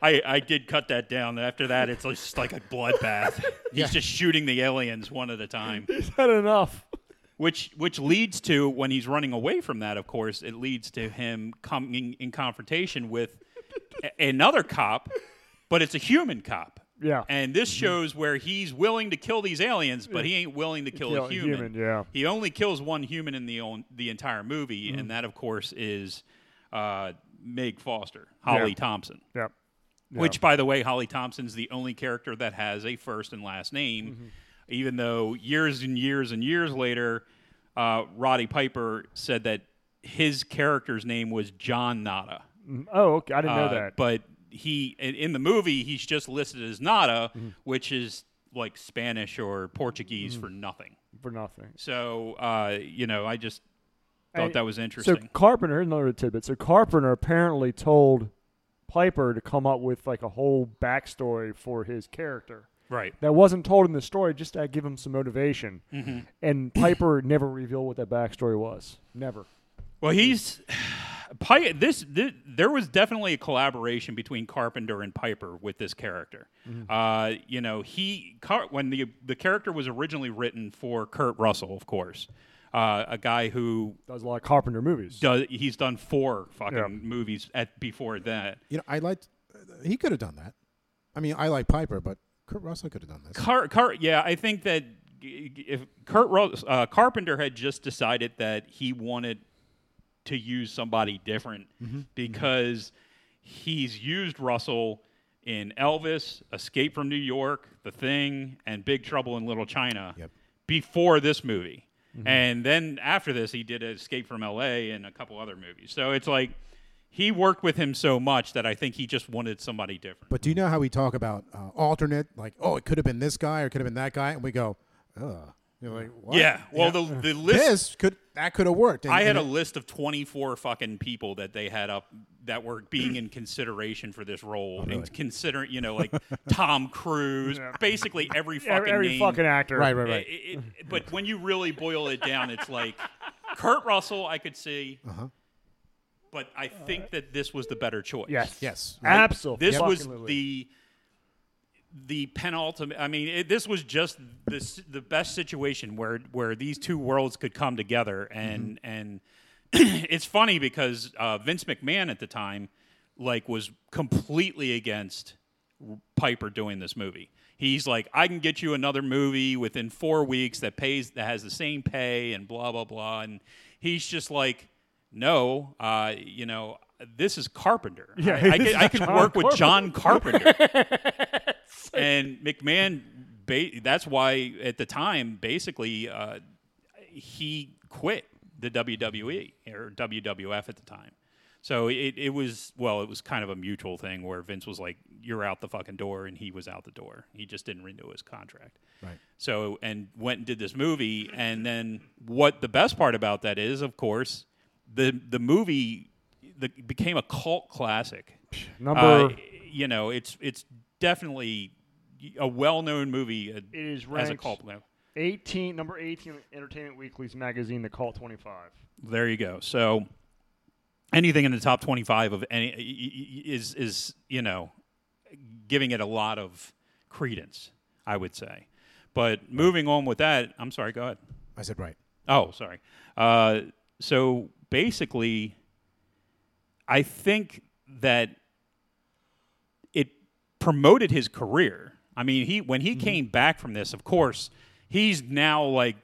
Speaker 4: I, I did cut that down. After that, it's just like a bloodbath. He's
Speaker 5: Yeah.
Speaker 4: just shooting the aliens one at a time,
Speaker 3: He's had enough.
Speaker 4: which which leads to when he's running away from that. Of course, it leads to him coming in confrontation with a- another cop, but it's a human cop.
Speaker 3: Yeah. Mm-hmm.
Speaker 4: And this shows where he's willing to kill these aliens, but he ain't willing to kill,
Speaker 3: Kill
Speaker 4: a
Speaker 3: a
Speaker 4: human.
Speaker 3: human, yeah.
Speaker 4: He only kills one human in the on, the entire movie,
Speaker 3: Mm-hmm.
Speaker 4: and that of course is uh, Meg Foster, Holly
Speaker 3: Yeah.
Speaker 4: Thompson.
Speaker 3: Yeah. Yeah.
Speaker 4: Which, by the way, Holly Thompson's the only character that has a first and last name,
Speaker 3: Mm-hmm.
Speaker 4: even though years and years and years later, uh, Roddy Piper said that his character's name was John Nada.
Speaker 3: Oh, okay. I didn't know
Speaker 4: Uh,
Speaker 3: that.
Speaker 4: But he, in, in the movie, he's just listed as Nada,
Speaker 3: Mm-hmm.
Speaker 4: which is like Spanish or Portuguese for nothing.
Speaker 3: for nothing.
Speaker 4: So, uh, you know, I just thought
Speaker 3: And-
Speaker 4: that was
Speaker 3: So
Speaker 4: interesting.
Speaker 3: Carpenter, here's another tidbit. So Carpenter apparently told Piper to come up with like a whole backstory for his character
Speaker 4: right.
Speaker 3: that wasn't told in the story, just to give him some motivation.
Speaker 4: Mm-hmm.
Speaker 3: And Piper [coughs] never revealed what that backstory was. Never.
Speaker 4: Well, he's [sighs] Pi- this, thi- There was definitely a collaboration between Carpenter and Piper with this character. Uh, you know, he Car- when the the character was originally written for Kurt Russell, of course, uh, a guy who
Speaker 3: Does a lot of Carpenter movies.
Speaker 4: does he's done four fucking
Speaker 3: Yeah.
Speaker 4: movies at before that.
Speaker 5: you know I liked he could have done that. I mean, I like Piper, but Kurt Russell could have done this.
Speaker 4: Car, Car, yeah, I think that g- g- if Kurt Ro- uh, Carpenter had just decided that he wanted to
Speaker 5: Mm-hmm.
Speaker 4: use somebody different because he's used Russell in Elvis, Escape from New York, The Thing, and Big Trouble in Little China
Speaker 5: Yep. Mm-hmm.
Speaker 4: before this movie. And then after this, he did Escape from LA and a couple other movies. So it's like he worked with him so much that I think he just wanted somebody different.
Speaker 5: But do you know how we talk about uh, alternate? Like, oh, it could have been this guy or it could have been that guy, and we go, ugh. You're like, what?
Speaker 4: yeah. Well,
Speaker 5: [laughs]
Speaker 4: the the list
Speaker 5: this could that could have worked. And-
Speaker 4: I had a
Speaker 5: and it-
Speaker 4: list of 24 fucking people that they had up that were being in consideration for this
Speaker 3: Oh,
Speaker 4: role and considering, you know, like [laughs] Tom Cruise, basically every fucking
Speaker 3: Every, every
Speaker 4: name.
Speaker 3: fucking actor.
Speaker 5: right, right,
Speaker 4: It-
Speaker 5: right.
Speaker 4: it- it- but when you really boil it down, it's like Kurt Russell, I could see.
Speaker 3: Uh-huh.
Speaker 4: But I think that this was the better choice.
Speaker 3: Yes.
Speaker 5: Yes.
Speaker 3: Absolutely.
Speaker 4: This was the the penultimate. I mean, it, this was just this the best situation where where these two worlds could come together, and and [clears throat] it's funny because uh, Vince McMahon at the time like was completely against Piper doing this movie. He's like, I can get you another movie within four weeks that pays that has the same pay and blah blah blah. And he's just like, no, uh, you know, this is Carpenter.
Speaker 3: [laughs] Yeah,
Speaker 4: I, I
Speaker 3: this
Speaker 4: could,
Speaker 3: is
Speaker 4: I could
Speaker 3: John
Speaker 4: work with
Speaker 3: Carpenter.
Speaker 4: John
Speaker 3: [laughs]
Speaker 4: Carpenter. and McMahon, ba- that's why at the time, basically, uh, he quit the WWE or WWF at the time. So it, it was well, it was kind of a mutual thing where Vince was like, "You're out the fucking door," and he was out the door. He just didn't renew his contract.
Speaker 5: Right.
Speaker 4: So and went and did this movie, and then what the best part about that is, of course, the the movie the, became a cult classic.
Speaker 3: number.
Speaker 4: Uh, you know, it's it's definitely a well-known movie. It
Speaker 3: is
Speaker 4: as a
Speaker 3: ranked-
Speaker 4: cult. now.
Speaker 3: 18, number 18, of Entertainment Weekly's magazine, The Call 25.
Speaker 4: There you go. So anything in the top 25 of any is is, you know, giving it a lot of credence, I would say. But moving on with that, I'm sorry, go ahead.
Speaker 5: I said right.
Speaker 4: Oh, sorry. Uh, so basically, I think that it promoted his career. I mean, he when he came back from this, of course, he's now like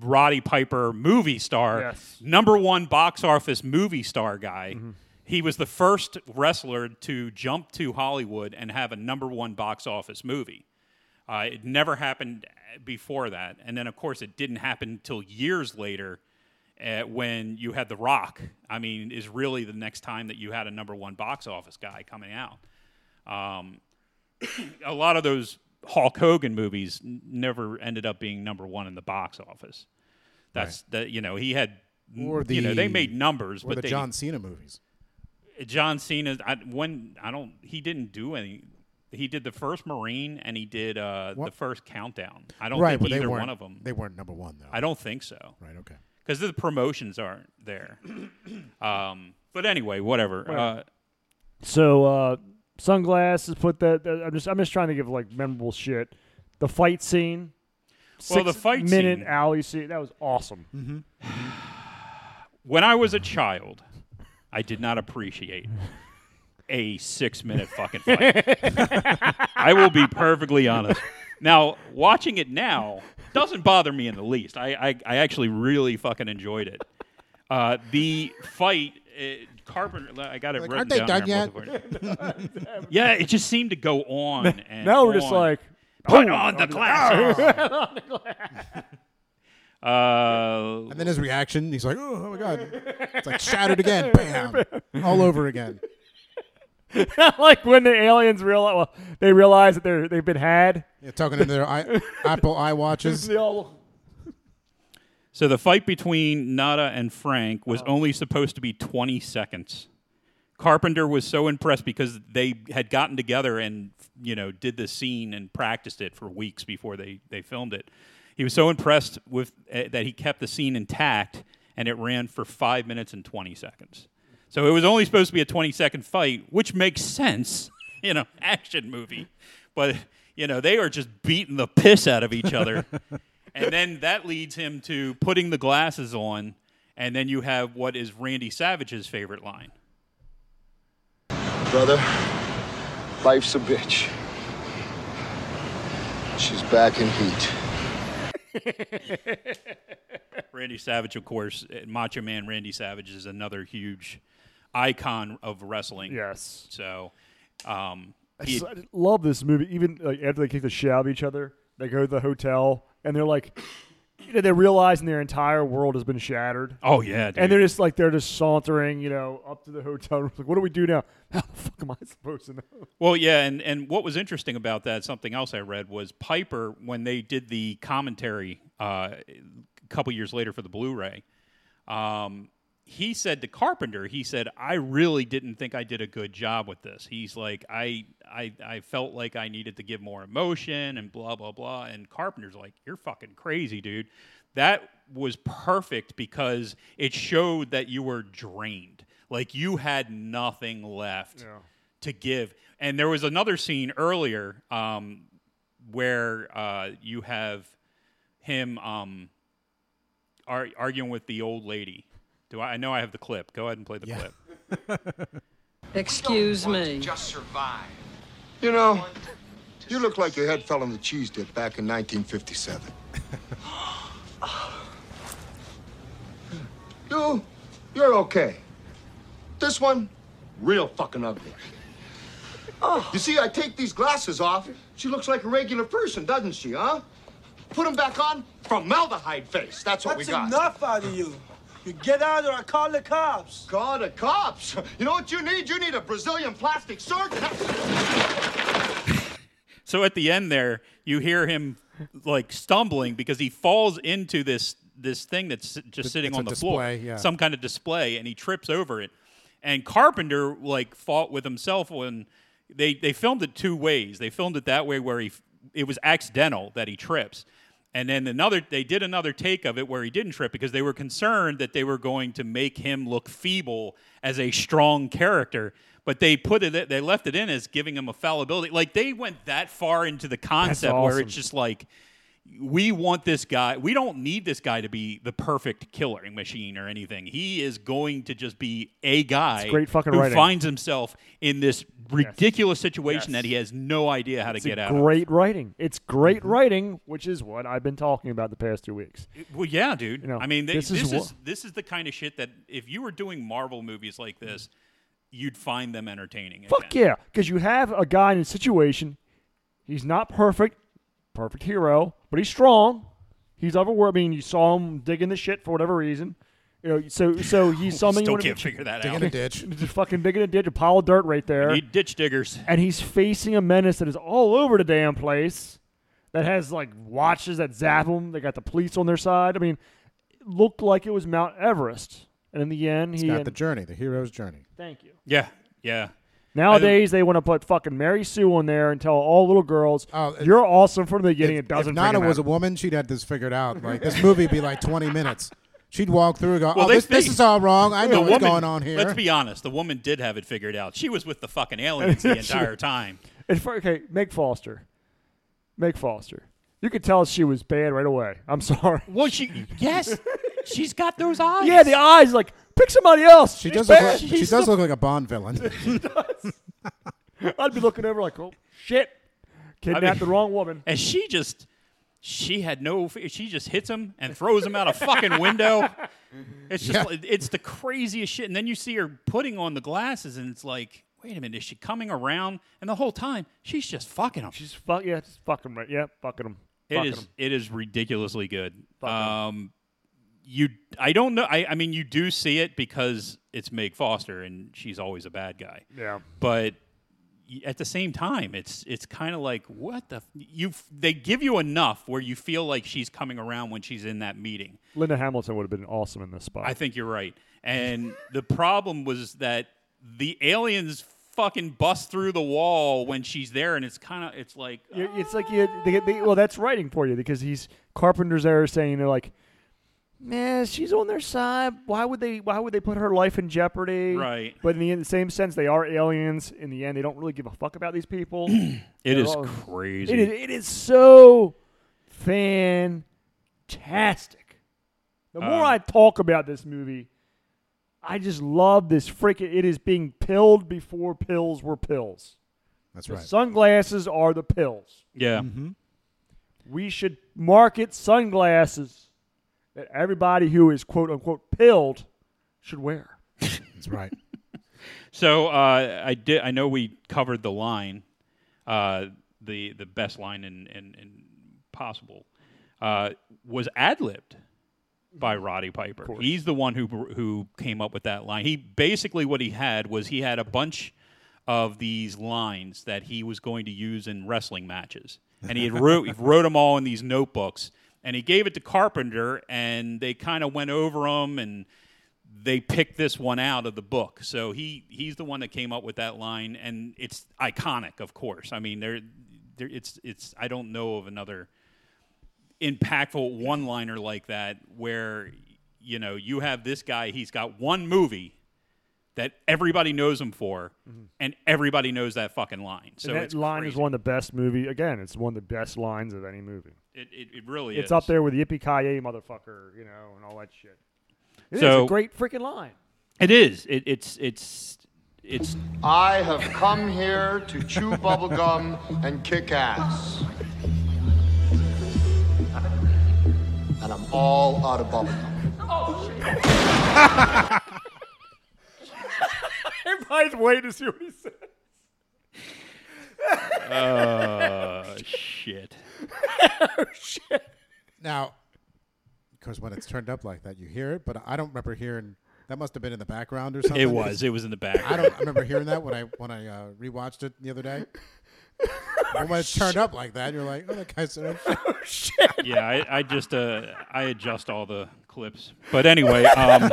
Speaker 4: Roddy Piper, movie star,
Speaker 3: Yes.
Speaker 4: number one box office movie star guy. He was the first wrestler to jump to Hollywood and have a number one box office movie. Uh, it never happened before that, and then of course it didn't happen until years later, uh, when you had The Rock. I mean, is really the next time that you had a number one box office guy coming out. Um, a lot of those Hulk Hogan movies n- never ended up being number one in the box office. That's the you know he had
Speaker 5: Or
Speaker 4: you know they
Speaker 5: the-
Speaker 4: made numbers,
Speaker 5: Or
Speaker 4: but
Speaker 5: the
Speaker 4: they,
Speaker 5: John Cena movies.
Speaker 4: John Cena. I, when I don't, he didn't do any. He did the first Marine and he did uh, the
Speaker 5: What?
Speaker 4: first Countdown. I don't
Speaker 5: Right, but
Speaker 4: think
Speaker 5: they
Speaker 4: either
Speaker 5: weren't
Speaker 4: one of them.
Speaker 5: They weren't number one though.
Speaker 4: I don't think so
Speaker 5: right. Okay.
Speaker 4: because the promotions aren't
Speaker 5: [coughs]
Speaker 4: there. um, but anyway, whatever. Uh,
Speaker 3: So, uh, sunglasses, put that. that- I'm just I'm just trying to give like memorable shit. The fight scene.
Speaker 4: Well, the
Speaker 3: six
Speaker 4: fight
Speaker 3: minute
Speaker 4: scene- Mhm.
Speaker 3: alley scene. That was awesome.
Speaker 4: when I was a child, I did not appreciate a six-minute fucking fight. I will be perfectly honest. Now, watching it now doesn't bother me in the least. I, I, I actually really fucking enjoyed it. Uh, the fight, uh, Carpenter, I got it
Speaker 5: Like,
Speaker 4: written
Speaker 5: aren't
Speaker 4: down
Speaker 5: they done
Speaker 4: here, I'm looking for it. yeah, it just seemed to go on. And
Speaker 3: now we're just
Speaker 4: on.
Speaker 3: like, [laughs]
Speaker 4: put
Speaker 3: boom,
Speaker 4: on the
Speaker 3: I'm just-
Speaker 4: glasses.
Speaker 3: [laughs]
Speaker 4: uh,
Speaker 5: And then his reaction, he's like, "Oh, oh my god!" It's like
Speaker 4: [laughs]
Speaker 5: shattered again, bam, all over again.
Speaker 3: like when the aliens realize well, they realize that they're they've been had.
Speaker 5: Yeah, talking into their i
Speaker 4: [laughs]
Speaker 5: Apple iWatches.
Speaker 3: They all-
Speaker 4: So the fight between Nada and Frank was only supposed to be 20 seconds. Carpenter was so impressed because they had gotten together and you know did the scene and practiced it for weeks before they they filmed it. He was so impressed with uh, that he kept the scene intact and it ran for 5 minutes and 20 seconds. So it was only supposed to be a 20 second fight, which makes sense in an [laughs] action movie. But you know, they are just beating the piss out of each other. and then that leads him to putting the glasses on and then you have what is Randy Savage's favorite line.
Speaker 6: Brother, life's a bitch. She's back in heat.
Speaker 4: Randy Savage, of course, uh, Macho Man Randy Savage is another huge icon of wrestling.
Speaker 3: Yes.
Speaker 4: So, um,
Speaker 3: I,
Speaker 4: He-
Speaker 3: just- I love this movie. Even like after they kick the shit out of each other, they go to the hotel and they're like, you know, they realize their entire world has been shattered.
Speaker 4: Oh yeah, dude.
Speaker 3: And they're just like they're just sauntering, you know, up to the hotel room. Like, what do we do now? [laughs] How the fuck am I supposed to know?
Speaker 4: Well, yeah, and, and what was interesting about that, something else I read was Piper when they did the commentary uh, a couple years later for the Blu-ray. Um, he said to Carpenter, he said, "I really didn't think I did a good job with this." He's like, "I I I felt like I needed to give more emotion and blah blah blah." And Carpenter's like, "You're fucking crazy, dude." That was perfect because it showed that you were drained. Like you had nothing left to give. And there was another scene earlier um, where uh, you have him um, ar- arguing with the old lady. Do I, I know I have the clip? Go ahead and play the clip.
Speaker 7: Excuse me.
Speaker 8: Just survive.
Speaker 6: You know, you look like your head fell on the cheese dip back in 1957.
Speaker 8: [laughs]
Speaker 6: you, you're okay. This one, real fucking ugly.
Speaker 8: Oh.
Speaker 6: You see, I take these glasses off. She looks like a regular person, doesn't she, huh? Put them back on, formaldehyde face. That's what
Speaker 8: That's
Speaker 6: we got.
Speaker 8: enough out of you. You get out or I call the cops.
Speaker 6: God, the cops. You know what you need? You need a Brazilian plastic surgeon.
Speaker 4: So at the end there, you hear him like stumbling because he falls into this this thing that's just sitting
Speaker 5: it's
Speaker 4: on
Speaker 5: a
Speaker 4: the floor,
Speaker 5: display, yeah.
Speaker 4: some kind of display, and he trips over it. And Carpenter like fought with himself when they they filmed it two ways. They filmed it that way where he f- it was accidental that he trips. And then another, they did another take of it where he didn't trip because they were concerned that they were going to make him look feeble as a strong character. But they put it, they left it in as giving him a fallibility. Like they went that far into the concept where
Speaker 3: awesome.
Speaker 4: it's just like, we want this guy. We don't need this guy to be the perfect killing machine or anything. He is going to just be a guy
Speaker 3: great fucking
Speaker 4: who
Speaker 3: writing.
Speaker 4: finds himself in this ridiculous situation that he has no idea how
Speaker 3: It's
Speaker 4: to get
Speaker 3: a
Speaker 4: out of.
Speaker 3: great writing. It's great writing, which is what I've been talking about the past two weeks.
Speaker 4: Well, yeah, dude.
Speaker 3: know,
Speaker 4: I mean, they,
Speaker 3: this
Speaker 4: this,
Speaker 3: is
Speaker 4: is,
Speaker 3: wha-
Speaker 4: this is the kind of shit that if you were doing Marvel movies like this, you'd find them entertaining.
Speaker 3: Mm-hmm. Fuck yeah, because you have a guy in a situation. He's not perfect, perfect hero, but he's strong. He's overworked. I mean, you saw him digging the shit for whatever reason. You know, so so
Speaker 4: [laughs]
Speaker 3: he's something.
Speaker 4: Still can't figure that
Speaker 5: Dig in a
Speaker 4: out. [laughs]
Speaker 5: ditch.
Speaker 3: Just [laughs] fucking digging a ditch, a pile of dirt right there,
Speaker 4: Need ditch diggers.
Speaker 3: and he's facing a menace that is all over the damn place. That has like watches that zap him. They got the police on their side. I mean, it looked like it was Mount Everest, and in the end, he.
Speaker 5: Got
Speaker 3: en-
Speaker 5: the journey, the hero's journey.
Speaker 3: thank you.
Speaker 4: Yeah, yeah.
Speaker 3: Nowadays, they want to put fucking Mary Sue on there and tell all little girls,
Speaker 5: Oh, it-
Speaker 3: "You're awesome from the beginning." it doesn't.
Speaker 5: if Nana
Speaker 3: freaking
Speaker 5: was a
Speaker 3: matter."
Speaker 5: woman, she'd have this figured out. Like this movie would be like 20 minutes. She'd walk through and go,
Speaker 4: Well,
Speaker 5: "Oh,
Speaker 4: they
Speaker 5: this, this
Speaker 4: think-
Speaker 5: is all wrong. I know
Speaker 4: The
Speaker 5: what's
Speaker 4: woman-
Speaker 5: going on here."
Speaker 4: Let's be honest. The woman did have it figured out. She was with the fucking
Speaker 3: [laughs]
Speaker 4: aliens the entire time.
Speaker 3: And for- okay, Meg Foster, Meg Foster. You could tell she was bad right away. I'm [laughs] sorry.
Speaker 4: Well, she yes, she's got those eyes.
Speaker 3: Yeah, the eyes like pick somebody else.
Speaker 5: she
Speaker 3: She's
Speaker 5: does. Look
Speaker 3: bad.
Speaker 5: like, she
Speaker 3: She's
Speaker 5: does look like a
Speaker 4: [laughs]
Speaker 5: Bond villain.
Speaker 3: the- I'd be looking over like, oh shit, kidnapped the wrong woman.
Speaker 4: and she just she had no. fe- She just hits him and throws him out a fucking window. It's just
Speaker 5: Yeah.
Speaker 4: like- it's the craziest shit. And then you see her putting on the glasses, and it's like, wait a minute, is she coming around? And the whole time she's just fucking him.
Speaker 3: She's fuck yeah, just fuck 'em right. Yeah, fucking them.
Speaker 4: It is it is ridiculously good. Um, you I don't know. I, I mean, you do see it because it's Meg Foster, and she's always a bad guy.
Speaker 3: Yeah.
Speaker 4: But y- at the same time, it's it's kind of like what the f- you f- they give you enough where you feel like she's coming around when she's in that meeting.
Speaker 3: Linda Hamilton would have been awesome in this spot.
Speaker 4: I think you're right. And the problem was that the aliens fucking bust through the wall when she's there, and it's kind of it's like uh,
Speaker 3: You're- It's like you, they, they, well, that's writing for you because he's Carpenter's there saying they're like, man, she's on their side. Why would they? Why would they put her life in jeopardy?
Speaker 4: Right.
Speaker 3: But in the, in the same sense, they are aliens. In the end, they don't really give a fuck about these people.
Speaker 4: it is
Speaker 3: all-
Speaker 4: crazy.
Speaker 3: it, is, it is so fantastic. The more
Speaker 4: Um,
Speaker 3: I talk about this movie, I just love this freaking. It is being pilled before pills were pills.
Speaker 5: That's right.
Speaker 3: Sunglasses are the pills.
Speaker 4: Yeah.
Speaker 3: we should market sunglasses that everybody who is quote unquote pilled should wear.
Speaker 5: That's right.
Speaker 4: So uh, I did. I know we covered the line, uh, the the best line in, in, in possible, uh, was ad libbed by Roddy Piper. He's the one who who came up with that line. He basically what he had was he had a bunch of these lines that he was going to use in wrestling matches, and he had wrote, he wrote them all in these notebooks, and he gave it to Carpenter, and they kind of went over them and they picked this one out of the book. So he he's the one that came up with that line, and it's iconic, of course. I mean, there, there it's it's I don't know of another impactful one liner like that where you know you have this guy. He's got one movie that everybody knows him for, and everybody knows that fucking line.
Speaker 3: Mm-hmm.
Speaker 4: So
Speaker 3: and that
Speaker 4: it's
Speaker 3: line is
Speaker 4: crazy.
Speaker 3: one of the best movie. Again, it's one of the best lines of any movie.
Speaker 4: It, it, it really
Speaker 3: It's
Speaker 4: is.
Speaker 3: up there with Yippee Ki motherfucker, you know, and all that shit. It is
Speaker 4: So-
Speaker 3: a great freaking line. [laughs]
Speaker 4: It is. It, it's it's it's
Speaker 6: I have come here to chew bubblegum and kick ass. And I'm all out of bubblegum.
Speaker 3: Everybody's waiting to see what he said. [laughs]
Speaker 4: uh, shit.
Speaker 5: Now, because when it's turned up like that, you hear it, but I don't remember hearing. That must have been in the background or something.
Speaker 4: It was. It was in the back.
Speaker 5: I don't I remember hearing that when I when I uh, rewatched it the other day. And when it's turned up like that, you're like, oh, that guy said, oh, shit.
Speaker 4: yeah, I, I just uh, I adjust all the clips. But anyway, um,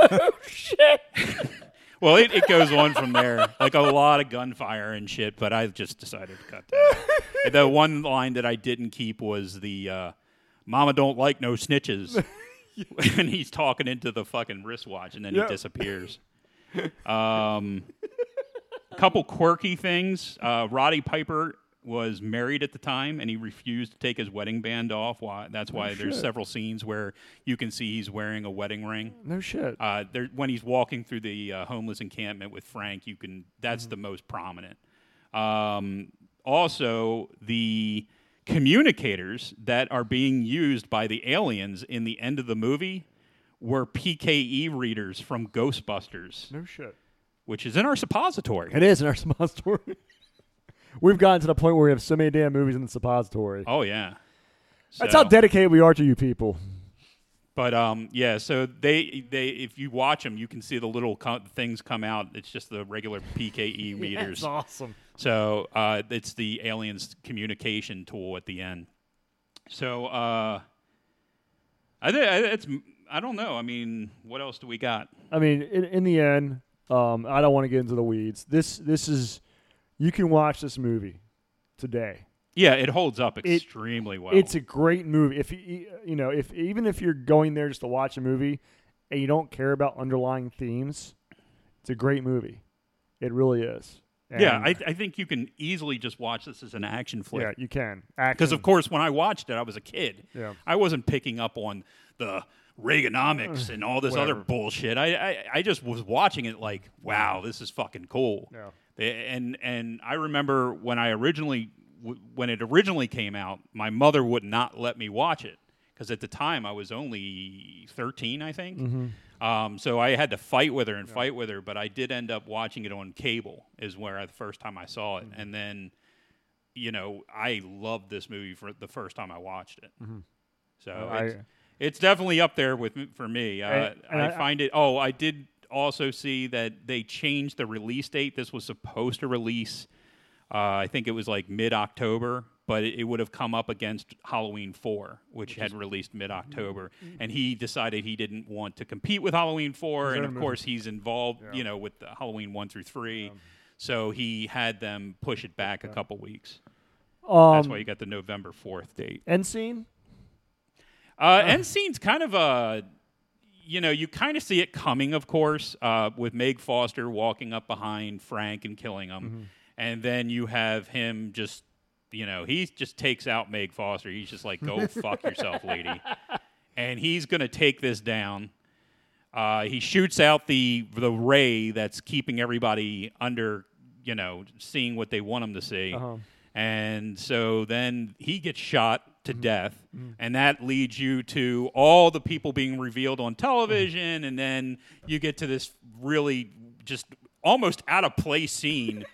Speaker 4: well, it, it goes on from there, like a lot of gunfire and shit. But I just decided to cut that. the one line that I didn't keep was the uh, "Mama don't like no snitches," and he's talking into the fucking wristwatch, and then
Speaker 3: Yeah.
Speaker 4: he disappears. Um, a couple quirky things. Uh, Roddy Piper was married at the time, and he refused to take his wedding band off. Why? That's why there's several scenes where you can see he's wearing a wedding ring.
Speaker 3: No shit.
Speaker 4: Uh, there, when he's walking through the uh, homeless encampment with Frank, you can.
Speaker 3: Mm-hmm.
Speaker 4: That's the most prominent. Um, also, the communicators that are being used by the aliens in the end of the movie were PKE readers from Ghostbusters,
Speaker 3: no shit.
Speaker 4: which is in our suppository.
Speaker 3: It is in our [laughs] suppository. We've gotten to the point where we have so many damn movies in the suppository.
Speaker 4: Oh yeah,
Speaker 3: That's
Speaker 4: So-
Speaker 3: how dedicated we are to you people.
Speaker 4: But um, yeah, so they they if you watch them, you can see the little co- things come out. It's just the regular
Speaker 3: [laughs]
Speaker 4: PKE readers.
Speaker 3: awesome.
Speaker 4: So uh, it's the aliens' communication tool at the end. So uh, I think it's I don't know. I mean, what else do we got?
Speaker 3: I mean, in, in the end, um, I don't want to get into the weeds. This this is you can watch this movie today.
Speaker 4: Yeah, it holds up extremely well.
Speaker 3: It's a great movie. If you you know, if even if you're going there just to watch a movie and you don't care about underlying themes, it's a great movie. It really is. And,
Speaker 4: yeah, I, I think you can easily just watch this as an action flick.
Speaker 3: yeah, you can.
Speaker 4: Because
Speaker 3: Action.
Speaker 4: of course, when I watched it, I was a kid.
Speaker 3: Yeah.
Speaker 4: I wasn't picking up on the Reaganomics and all this other
Speaker 3: Whatever.
Speaker 4: bullshit. I, I I just was watching it like, wow, this is fucking cool.
Speaker 3: Yeah.
Speaker 4: They- And and I remember when I originally w- when it originally came out, my mother would not let me watch it because at the time I was only thirteen, I think.
Speaker 3: Mm-hmm.
Speaker 4: Um, so I had to fight with her and fight with her, but I did end up watching it on cable. Is where I, the first time I saw
Speaker 3: Mm-hmm.
Speaker 4: it, and then you know, I loved this movie for the first time I watched it. So
Speaker 3: No,
Speaker 4: it's,
Speaker 3: I-
Speaker 4: it's definitely up there with m- for me. Uh,
Speaker 3: And- and
Speaker 4: I,
Speaker 3: I-
Speaker 4: find it. Oh, I did also see that they changed the release date. This was supposed to release. Uh, I think it was like mid October, but it, it would have come up against Halloween Four, which, had released mid October, and he decided he didn't want to compete with Halloween Four, and of course he's involved, you know, with the Halloween One through Three. So he had them push it back a couple weeks. That's why you got the November fourth date.
Speaker 3: end
Speaker 4: [laughs]
Speaker 3: scene.
Speaker 4: Uh, end scene's kind of a, you know, you kind of see it coming, of course, uh, with Meg Foster walking up behind Frank and killing him, and then you have him just, you know, he just takes out Meg Foster. He's just like, "Go fuck yourself, lady," and he's gonna take this down. Uh, he shoots out the the ray that's keeping everybody under, you know, seeing what they want them to see. And so then he gets shot to death, and that leads you to all the people being revealed on television, and then you get to this really [laughs] just almost out of place scene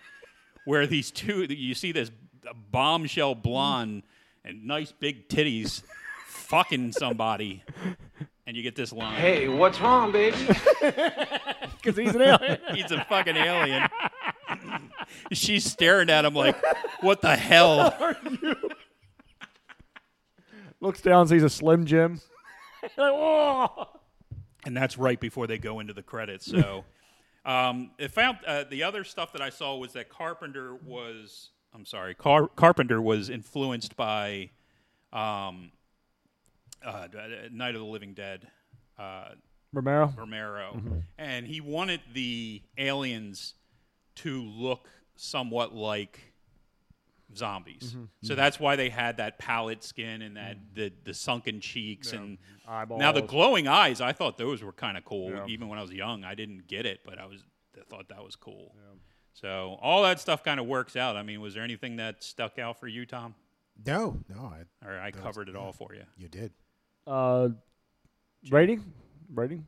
Speaker 4: where these two you see this a bombshell blonde and nice big titties fucking somebody, and you get this line.
Speaker 7: Hey, what's wrong, baby?
Speaker 3: Because he's an alien.
Speaker 4: He's a fucking alien. She's staring at him like, what the hell?
Speaker 3: [laughs] Looks down, sees a Slim
Speaker 4: [laughs]
Speaker 3: Jim. like, whoa.
Speaker 4: And that's right before they go into the credits. So, um, it found uh, the other stuff that I saw was that Carpenter was, I'm sorry, Car- Carpenter was influenced by um, uh, d- d- Night of the Living Dead. Uh,
Speaker 3: Romero.
Speaker 4: Romero, and he wanted the aliens to look somewhat like zombies. So that's why they had that pallid skin and that the the sunken cheeks and now the
Speaker 3: eyeballs.
Speaker 4: glowing eyes. I thought those were kind of cool. Even when I was young, I didn't get it, but I was I thought that was cool. So all that stuff kind of works out. I mean, was there anything that stuck out for you, Tom?
Speaker 5: No, no, I,
Speaker 4: Or I covered it all for you.
Speaker 5: you did.
Speaker 3: Uh, rating? Rating?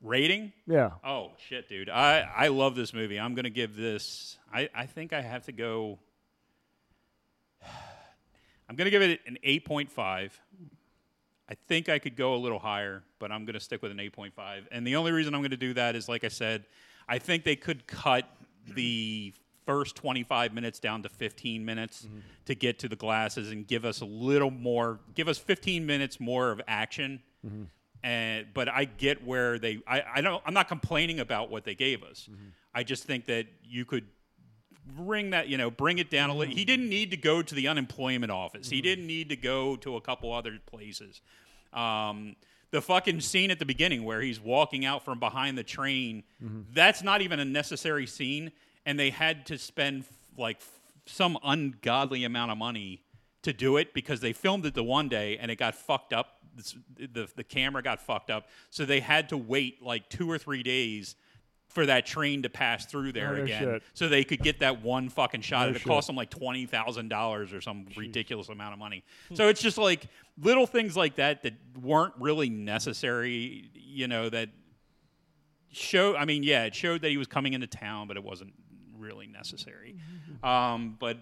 Speaker 4: Rating?
Speaker 3: Yeah.
Speaker 4: Oh shit, dude! I I love this movie. I'm gonna give this. I I think I have to go. I'm gonna give it an 8.5. I think I could go a little higher, but I'm gonna stick with an 8.5. And the only reason I'm gonna do that is, like I said, I think they could cut the first 25 minutes down to 15 minutes to get to the glasses and give us a little more. Give us 15 minutes more of action and but I get where they I, I don't I'm not complaining about what they gave us. I just think that you could bring that you know bring it down a little. He didn't need to go to the unemployment office. He didn't need to go to a couple other places. Um, the fucking scene at the beginning where he's walking out from behind the train that's not even a necessary scene and they had to spend like f- some ungodly amount of money to do it because they filmed it the one day and it got fucked up. This- The, the camera got fucked up. So they had to wait like two or three days for that train to pass through there
Speaker 3: No
Speaker 4: again
Speaker 3: shit.
Speaker 4: so they could get that one fucking shot.
Speaker 3: No
Speaker 4: It
Speaker 3: shit.
Speaker 4: cost them like $20,000 or some ridiculous amount of money.
Speaker 3: Hmm.
Speaker 4: so it's just like little things like that that weren't really necessary, you know, that show i mean yeah it showed that he was coming into town but it wasn't
Speaker 3: [laughs]
Speaker 4: really necessary um, but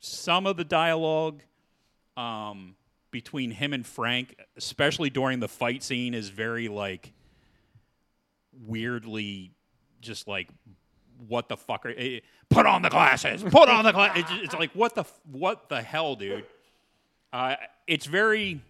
Speaker 4: some of the dialogue um, between him and frank especially during the fight scene is very like weirdly just like what the fuck are eh, put on the glasses put on the glasses it's, it's like what the f- what the hell dude uh, it's very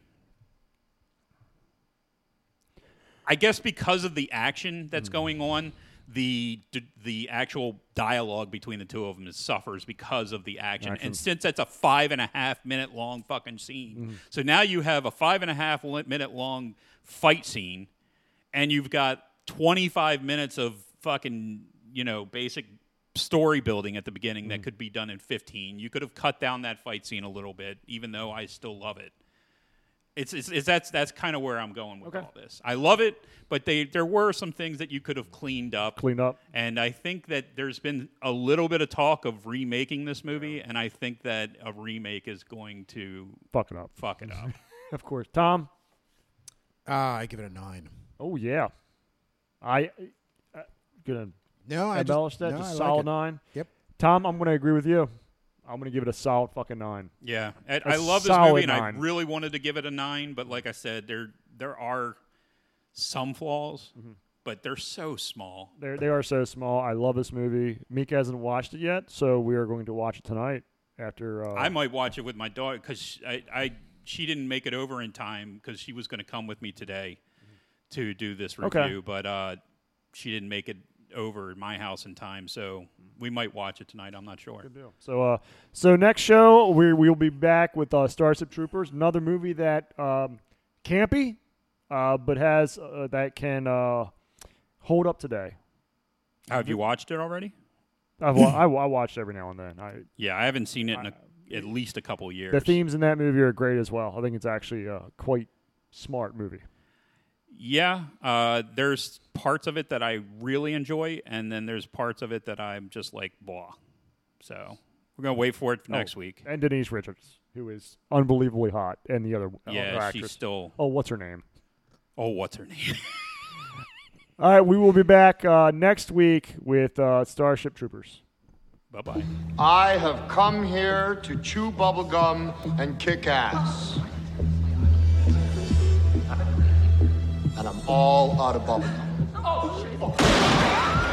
Speaker 4: I guess because of the action that's going on, the d- the actual dialogue between the two of them is suffers because of the action. And since that's a five and a half minute long fucking scene, so now you have a five and a half li- minute long fight scene, and you've got twenty five minutes of fucking you know basic story building at the beginning that could be done in 15 you could have cut down that fight scene a little bit even though i still love it it's, it's, it's that's that's kind of where I'm going with all this. I love it, but they there were some things that you could have cleaned up.
Speaker 3: Clean up.
Speaker 4: And I think that there's been a little bit of talk of remaking this movie, and I think that a remake is going to
Speaker 3: Fucking up.
Speaker 4: fuck it up.
Speaker 3: Of course. Tom?
Speaker 5: Uh, I give it a nine.
Speaker 3: Oh, yeah. I. I- gonna
Speaker 5: No, I
Speaker 3: embellish
Speaker 5: just,
Speaker 3: that.
Speaker 5: no,
Speaker 3: just
Speaker 5: I like
Speaker 3: solid
Speaker 5: it.
Speaker 3: nine.
Speaker 5: Yep.
Speaker 3: Tom, I'm gonna agree with you. I'm gonna give it a solid fucking nine.
Speaker 4: yeah, and
Speaker 3: A
Speaker 4: I love this
Speaker 3: solid
Speaker 4: movie, and
Speaker 3: nine.
Speaker 4: I really wanted to give it a nine, but like I said, there there are some flaws,
Speaker 3: Mm-hmm.
Speaker 4: but they're so small.
Speaker 3: They're, they are so small. I love this movie. Meek hasn't watched it yet, so we are going to watch it tonight after. Uh,
Speaker 4: I might watch it with my daughter because I, I she didn't make it over in time because she was going to come with me today to do this review,
Speaker 3: Mm-hmm. Okay.
Speaker 4: but uh, she didn't make it over at my house in time,
Speaker 3: Mm.
Speaker 4: so we might watch it tonight. I'm not sure.
Speaker 3: So, uh, so next show we we'll be back with uh, Starship Troopers, another movie that um, campy, uh, but has uh, that can uh, hold up today.
Speaker 4: Have you watched it already?
Speaker 3: I've, wa- I, I watched every now and then. I,
Speaker 4: Yeah, I haven't seen it in a, at least a couple years.
Speaker 3: the themes in that movie are great as well. I think it's actually a quite smart movie.
Speaker 4: Yeah, uh, there's parts of it that I really enjoy, and then there's parts of it that I'm just like, blah. So we're gonna wait for it next week.
Speaker 3: And Denise Richards, who is unbelievably hot, and the other other
Speaker 4: Yeah, she's
Speaker 3: actress.
Speaker 4: still.
Speaker 3: oh, what's her name?
Speaker 4: Oh, what's her name? [laughs]
Speaker 3: All right, we will be back uh, next week with uh, Starship Troopers.
Speaker 4: Bye bye.
Speaker 6: I have come here to chew bubblegum and kick ass. And I'm all out of bubblegum.